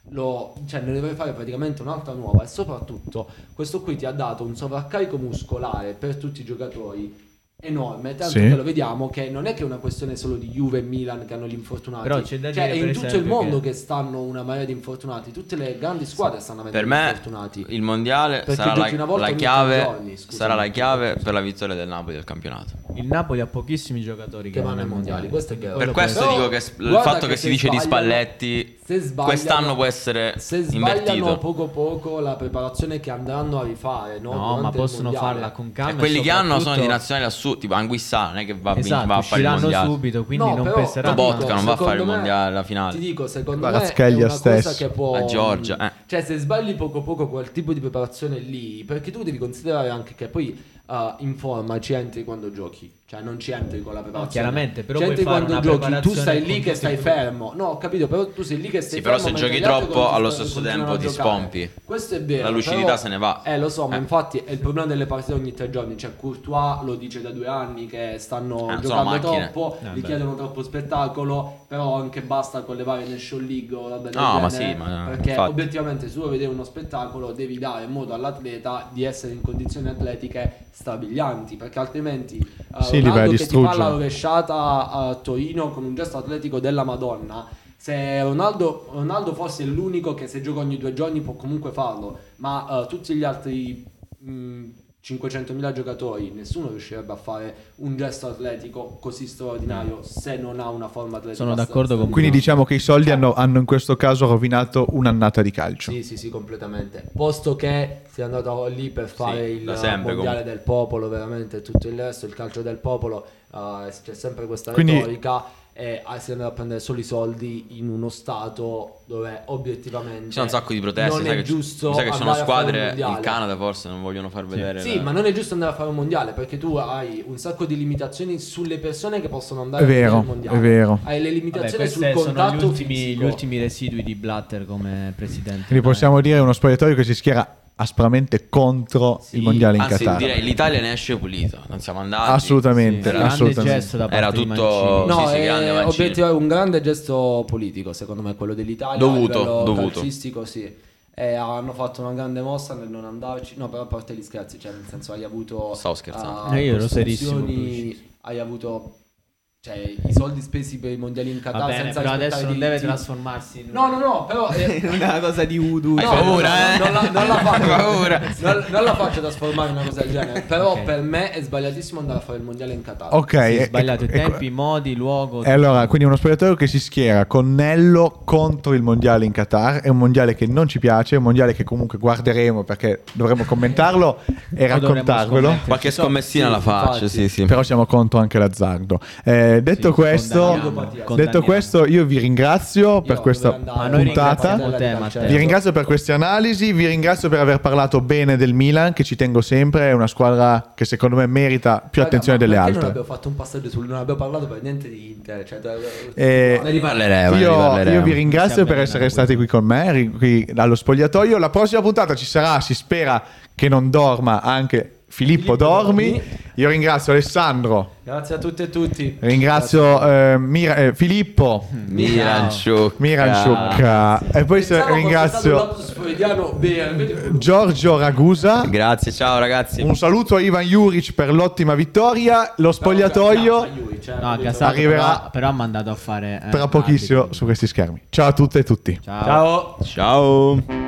Speaker 4: lo, cioè ne dovrei fare praticamente un'altra nuova e soprattutto questo qui ti ha dato un sovraccarico muscolare per tutti i giocatori enorme, tanto
Speaker 1: Sì.
Speaker 4: che lo vediamo che non è che è una questione solo di Juve e Milan che hanno gli infortunati,
Speaker 3: Però c'è da
Speaker 4: cioè
Speaker 3: dire,
Speaker 4: è
Speaker 3: per
Speaker 4: in tutto il
Speaker 3: esempio,
Speaker 4: mondo
Speaker 3: che-
Speaker 4: che... stanno una marea di infortunati, tutte le grandi squadre stanno avendo
Speaker 2: Per
Speaker 4: gli
Speaker 2: me
Speaker 4: infortunati.
Speaker 2: il mondiale
Speaker 4: Perché
Speaker 2: sarà
Speaker 4: giochi
Speaker 2: la,
Speaker 4: una volta
Speaker 2: la
Speaker 4: ogni
Speaker 2: chiave,
Speaker 4: tre giorni, scusa.
Speaker 2: sarà la chiave per la vittoria del Napoli del campionato.
Speaker 3: Il Napoli ha pochissimi giocatori che,
Speaker 4: che vanno ai mondiali. Questo è vero.
Speaker 2: Per questo
Speaker 4: Però
Speaker 2: dico che s- il
Speaker 4: guarda
Speaker 2: fatto che,
Speaker 4: se
Speaker 2: si dice di
Speaker 4: sbagliano-
Speaker 2: Spalletti
Speaker 4: se sbagliano-
Speaker 2: quest'anno può essere
Speaker 4: se sbagliano
Speaker 2: invertito.
Speaker 4: poco poco la preparazione che andranno a rifare, no?
Speaker 3: No, ma
Speaker 4: Durante il
Speaker 3: possono
Speaker 4: mondiale.
Speaker 3: farla con
Speaker 2: E
Speaker 3: calma.
Speaker 2: Cioè, quelli che hanno sono di
Speaker 3: soprattutto-
Speaker 2: nazionali assurdi, tipo Anguissà, non è che va, a vin-
Speaker 3: Esatto,
Speaker 2: va a fare il
Speaker 3: usciranno
Speaker 2: mondiale.
Speaker 3: subito, quindi
Speaker 4: No,
Speaker 3: non
Speaker 4: però,
Speaker 3: penseranno.
Speaker 4: ti dico,
Speaker 2: Botka non va a
Speaker 4: secondo
Speaker 2: fare il
Speaker 4: me-
Speaker 2: mondiale, la finale.
Speaker 4: Ti dico, secondo
Speaker 1: Guarda,
Speaker 4: me è
Speaker 1: Scalia
Speaker 4: una cosa
Speaker 1: stesso.
Speaker 4: che può
Speaker 2: La Georgia, eh.
Speaker 4: Cioè, se sbagli poco poco quel tipo di preparazione lì, perché tu devi considerare anche che poi eh, in forma ci entri quando giochi, cioè non ci entri con la preparazione.
Speaker 3: chiaramente, però
Speaker 4: ci
Speaker 3: puoi
Speaker 4: entri
Speaker 3: fare
Speaker 4: quando
Speaker 3: una
Speaker 4: giochi, tu
Speaker 3: preparazione
Speaker 4: stai
Speaker 3: con
Speaker 4: lì che
Speaker 3: tutti i
Speaker 4: stai
Speaker 3: tuoi-
Speaker 4: fermo. No, ho capito, però tu sei lì che stai
Speaker 2: Sì, però
Speaker 4: fermo.
Speaker 2: se
Speaker 4: mentre
Speaker 2: giochi
Speaker 4: gli altri
Speaker 2: troppo, allo
Speaker 4: continuano-
Speaker 2: stesso
Speaker 4: continuano
Speaker 2: tempo
Speaker 4: a
Speaker 2: ti
Speaker 4: giocare.
Speaker 2: spompi.
Speaker 4: Questo è vero.
Speaker 2: La lucidità
Speaker 4: però-
Speaker 2: se ne va.
Speaker 4: Eh, lo so, ma
Speaker 2: Eh.
Speaker 4: infatti è il problema delle partite ogni tre giorni. Cioè, Courtois lo dice da due anni che stanno
Speaker 2: Ah, sono
Speaker 4: giocando
Speaker 2: macchine.
Speaker 4: troppo,
Speaker 3: Eh,
Speaker 4: gli
Speaker 3: beh.
Speaker 4: chiedono troppo spettacolo, però anche basta con le varie Nation League o roba del
Speaker 2: No, ma
Speaker 4: genere,
Speaker 2: sì, ma-
Speaker 4: perché
Speaker 2: infatti.
Speaker 4: obiettivamente se tu vuoi vedere uno spettacolo devi dare modo all'atleta di essere in condizioni atletiche strabilianti, perché altrimenti eh,
Speaker 1: Sì, li vai a
Speaker 4: Ronaldo che ti fa la
Speaker 1: distruggere.
Speaker 4: rovesciata a Torino con un gesto atletico della Madonna. Se Ronaldo, Ronaldo forse è l'unico che se gioca ogni due giorni può comunque farlo, ma eh, tutti gli altri mh, 500.000 giocatori, nessuno riuscirebbe a fare un gesto atletico così straordinario se non ha una forma atletica.
Speaker 3: Sono d'accordo con-
Speaker 1: quindi diciamo che i soldi hanno, hanno in questo caso rovinato un'annata di calcio.
Speaker 4: Sì, sì, sì, completamente. Posto che sei andato lì per fare il
Speaker 2: da sempre,
Speaker 4: mondiale
Speaker 2: comunque.
Speaker 4: del popolo, veramente tutto il resto, il calcio del popolo, eh, c'è sempre questa
Speaker 1: Quindi-
Speaker 4: retorica e eh, sei andato a prendere solo i soldi in uno stato dove obiettivamente
Speaker 2: Ci sono un sacco di proteste,
Speaker 4: non
Speaker 2: sai
Speaker 4: è
Speaker 2: che,
Speaker 4: giusto
Speaker 2: mi sa che ci sono
Speaker 4: andare a fare un
Speaker 2: squadre, il
Speaker 4: mondiale.
Speaker 2: Canada forse non vogliono far vedere.
Speaker 4: Sì,
Speaker 2: la-
Speaker 4: ma non è giusto andare a fare un mondiale perché tu hai un sacco di limitazioni sulle persone che possono andare
Speaker 1: È
Speaker 4: a vedere
Speaker 1: vero,
Speaker 4: il mondiale.
Speaker 1: è vero.
Speaker 4: Hai le
Speaker 3: Vabbè,
Speaker 4: limitazioni
Speaker 3: questi
Speaker 4: sul
Speaker 3: sono
Speaker 4: contatto
Speaker 3: gli ultimi,
Speaker 4: fisico.
Speaker 3: gli ultimi residui di Blatter come presidente.
Speaker 1: Quindi
Speaker 4: Eh.
Speaker 1: possiamo dire uno spogliatoio che si schiera aspramente contro
Speaker 3: Sì,
Speaker 1: il mondiale in
Speaker 2: Anzi,
Speaker 1: Qatar.
Speaker 2: direi l'Italia ne esce pulita, non siamo andati.
Speaker 1: Assolutamente,
Speaker 3: Sì, grande
Speaker 1: assolutamente.
Speaker 3: gesto da parte
Speaker 2: Era
Speaker 3: di
Speaker 2: tutto-
Speaker 3: Mancini.
Speaker 2: No,
Speaker 4: No,
Speaker 2: sì, sì, grande
Speaker 4: è
Speaker 2: Mancini.
Speaker 4: obiettivo- un grande gesto politico, secondo me, quello dell'Italia.
Speaker 2: Dovuto,
Speaker 4: a livello
Speaker 2: dovuto.
Speaker 4: calcistico, sì. e hanno fatto una grande mossa nel non andarci. No, però a parte gli scherzi, cioè nel senso hai avuto...
Speaker 2: Stavo scherzando.
Speaker 4: ah,
Speaker 3: Eh, io ero
Speaker 4: costruzioni,
Speaker 3: serissimo, tu,
Speaker 4: Hai avuto... Cioè, i soldi spesi per i mondiali in Qatar
Speaker 3: Va bene,
Speaker 4: senza
Speaker 3: però adesso
Speaker 4: rispettare
Speaker 3: non
Speaker 4: i
Speaker 3: deve
Speaker 4: diritti.
Speaker 3: trasformarsi in
Speaker 4: No, no, no, però... eh,
Speaker 5: una cosa di Udu.
Speaker 2: Hai
Speaker 3: Cioè,
Speaker 4: No,
Speaker 2: paura, eh?
Speaker 4: no, no, Non, la, non la faccio,
Speaker 2: Hai paura.
Speaker 4: Non, non la faccio trasformare in una cosa del genere. Però
Speaker 3: Ok.
Speaker 4: per me è sbagliatissimo andare a fare il mondiale in Qatar.
Speaker 1: Ok,
Speaker 3: Sì,
Speaker 1: e-
Speaker 3: sbagliato i
Speaker 1: e-
Speaker 3: tempi, i modi, il luogo.
Speaker 1: E allora, quindi uno spogliatoio che si schiera con Nello contro il mondiale in Qatar, è un mondiale che non ci piace, è un mondiale che comunque guarderemo perché dovremmo commentarlo e
Speaker 3: dovremmo
Speaker 1: raccontarvelo.
Speaker 3: scommettere.
Speaker 2: Qualche
Speaker 4: Ci so-
Speaker 2: scommessina
Speaker 4: sì,
Speaker 2: la faccio,
Speaker 4: infatti.
Speaker 2: sì, sì.
Speaker 1: Però siamo contro anche l'azzardo. Eh, detto
Speaker 3: Sì,
Speaker 1: questo,
Speaker 4: condanniamo,
Speaker 1: detto
Speaker 3: condanniamo.
Speaker 1: questo, io vi ringrazio per
Speaker 4: Io
Speaker 1: questa
Speaker 4: dovrei andare
Speaker 3: Ma noi
Speaker 1: puntata.
Speaker 3: ringraziamo te,
Speaker 4: Della
Speaker 3: Matteo.
Speaker 4: calcio.
Speaker 1: Vi ringrazio per queste analisi, vi ringrazio per aver parlato bene del Milan, che ci tengo sempre, è una squadra che secondo me merita più
Speaker 4: Raga,
Speaker 1: attenzione
Speaker 4: ma
Speaker 1: delle
Speaker 4: perché Non
Speaker 1: altre.
Speaker 4: abbiamo fatto un passaggio sul. Non abbiamo parlato per niente di Inter. Cioè, da- da-
Speaker 1: Eh,
Speaker 2: Ne riparleremo, ne
Speaker 1: Io,
Speaker 2: riparleremo.
Speaker 1: io vi ringrazio
Speaker 3: Siamo
Speaker 1: per
Speaker 3: in
Speaker 1: essere
Speaker 3: una
Speaker 1: stati qui con me, ri- qui allo spogliatoio. La prossima puntata ci sarà, si spera che non dorma anche Filippo,
Speaker 4: Filippo
Speaker 1: Dormi.
Speaker 4: Dormi.
Speaker 1: Io ringrazio Alessandro,
Speaker 4: Grazie a tutte e tutti.
Speaker 1: ringrazio eh, Mira- eh, Filippo,
Speaker 2: Miranchuk.
Speaker 1: Miranciucca e poi se-
Speaker 4: Pensavo fosse stato
Speaker 1: ringrazio
Speaker 4: un lapsus freudiano, beh, invece-
Speaker 1: Giorgio Ragusa.
Speaker 2: Grazie, ciao ragazzi.
Speaker 1: Un saluto a Ivan Juric per l'ottima vittoria. Lo
Speaker 4: Cazzo,
Speaker 1: spogliatoio
Speaker 4: aiuti, cioè,
Speaker 3: No, ha
Speaker 4: capito?
Speaker 3: cassato,
Speaker 1: Arriverà-
Speaker 3: però, però ha mandato a fare... eh,
Speaker 1: tra pochissimo
Speaker 3: arbitri.
Speaker 1: su questi schermi. Ciao a tutte e tutti.
Speaker 3: Ciao.
Speaker 4: Ciao.
Speaker 2: Ciao.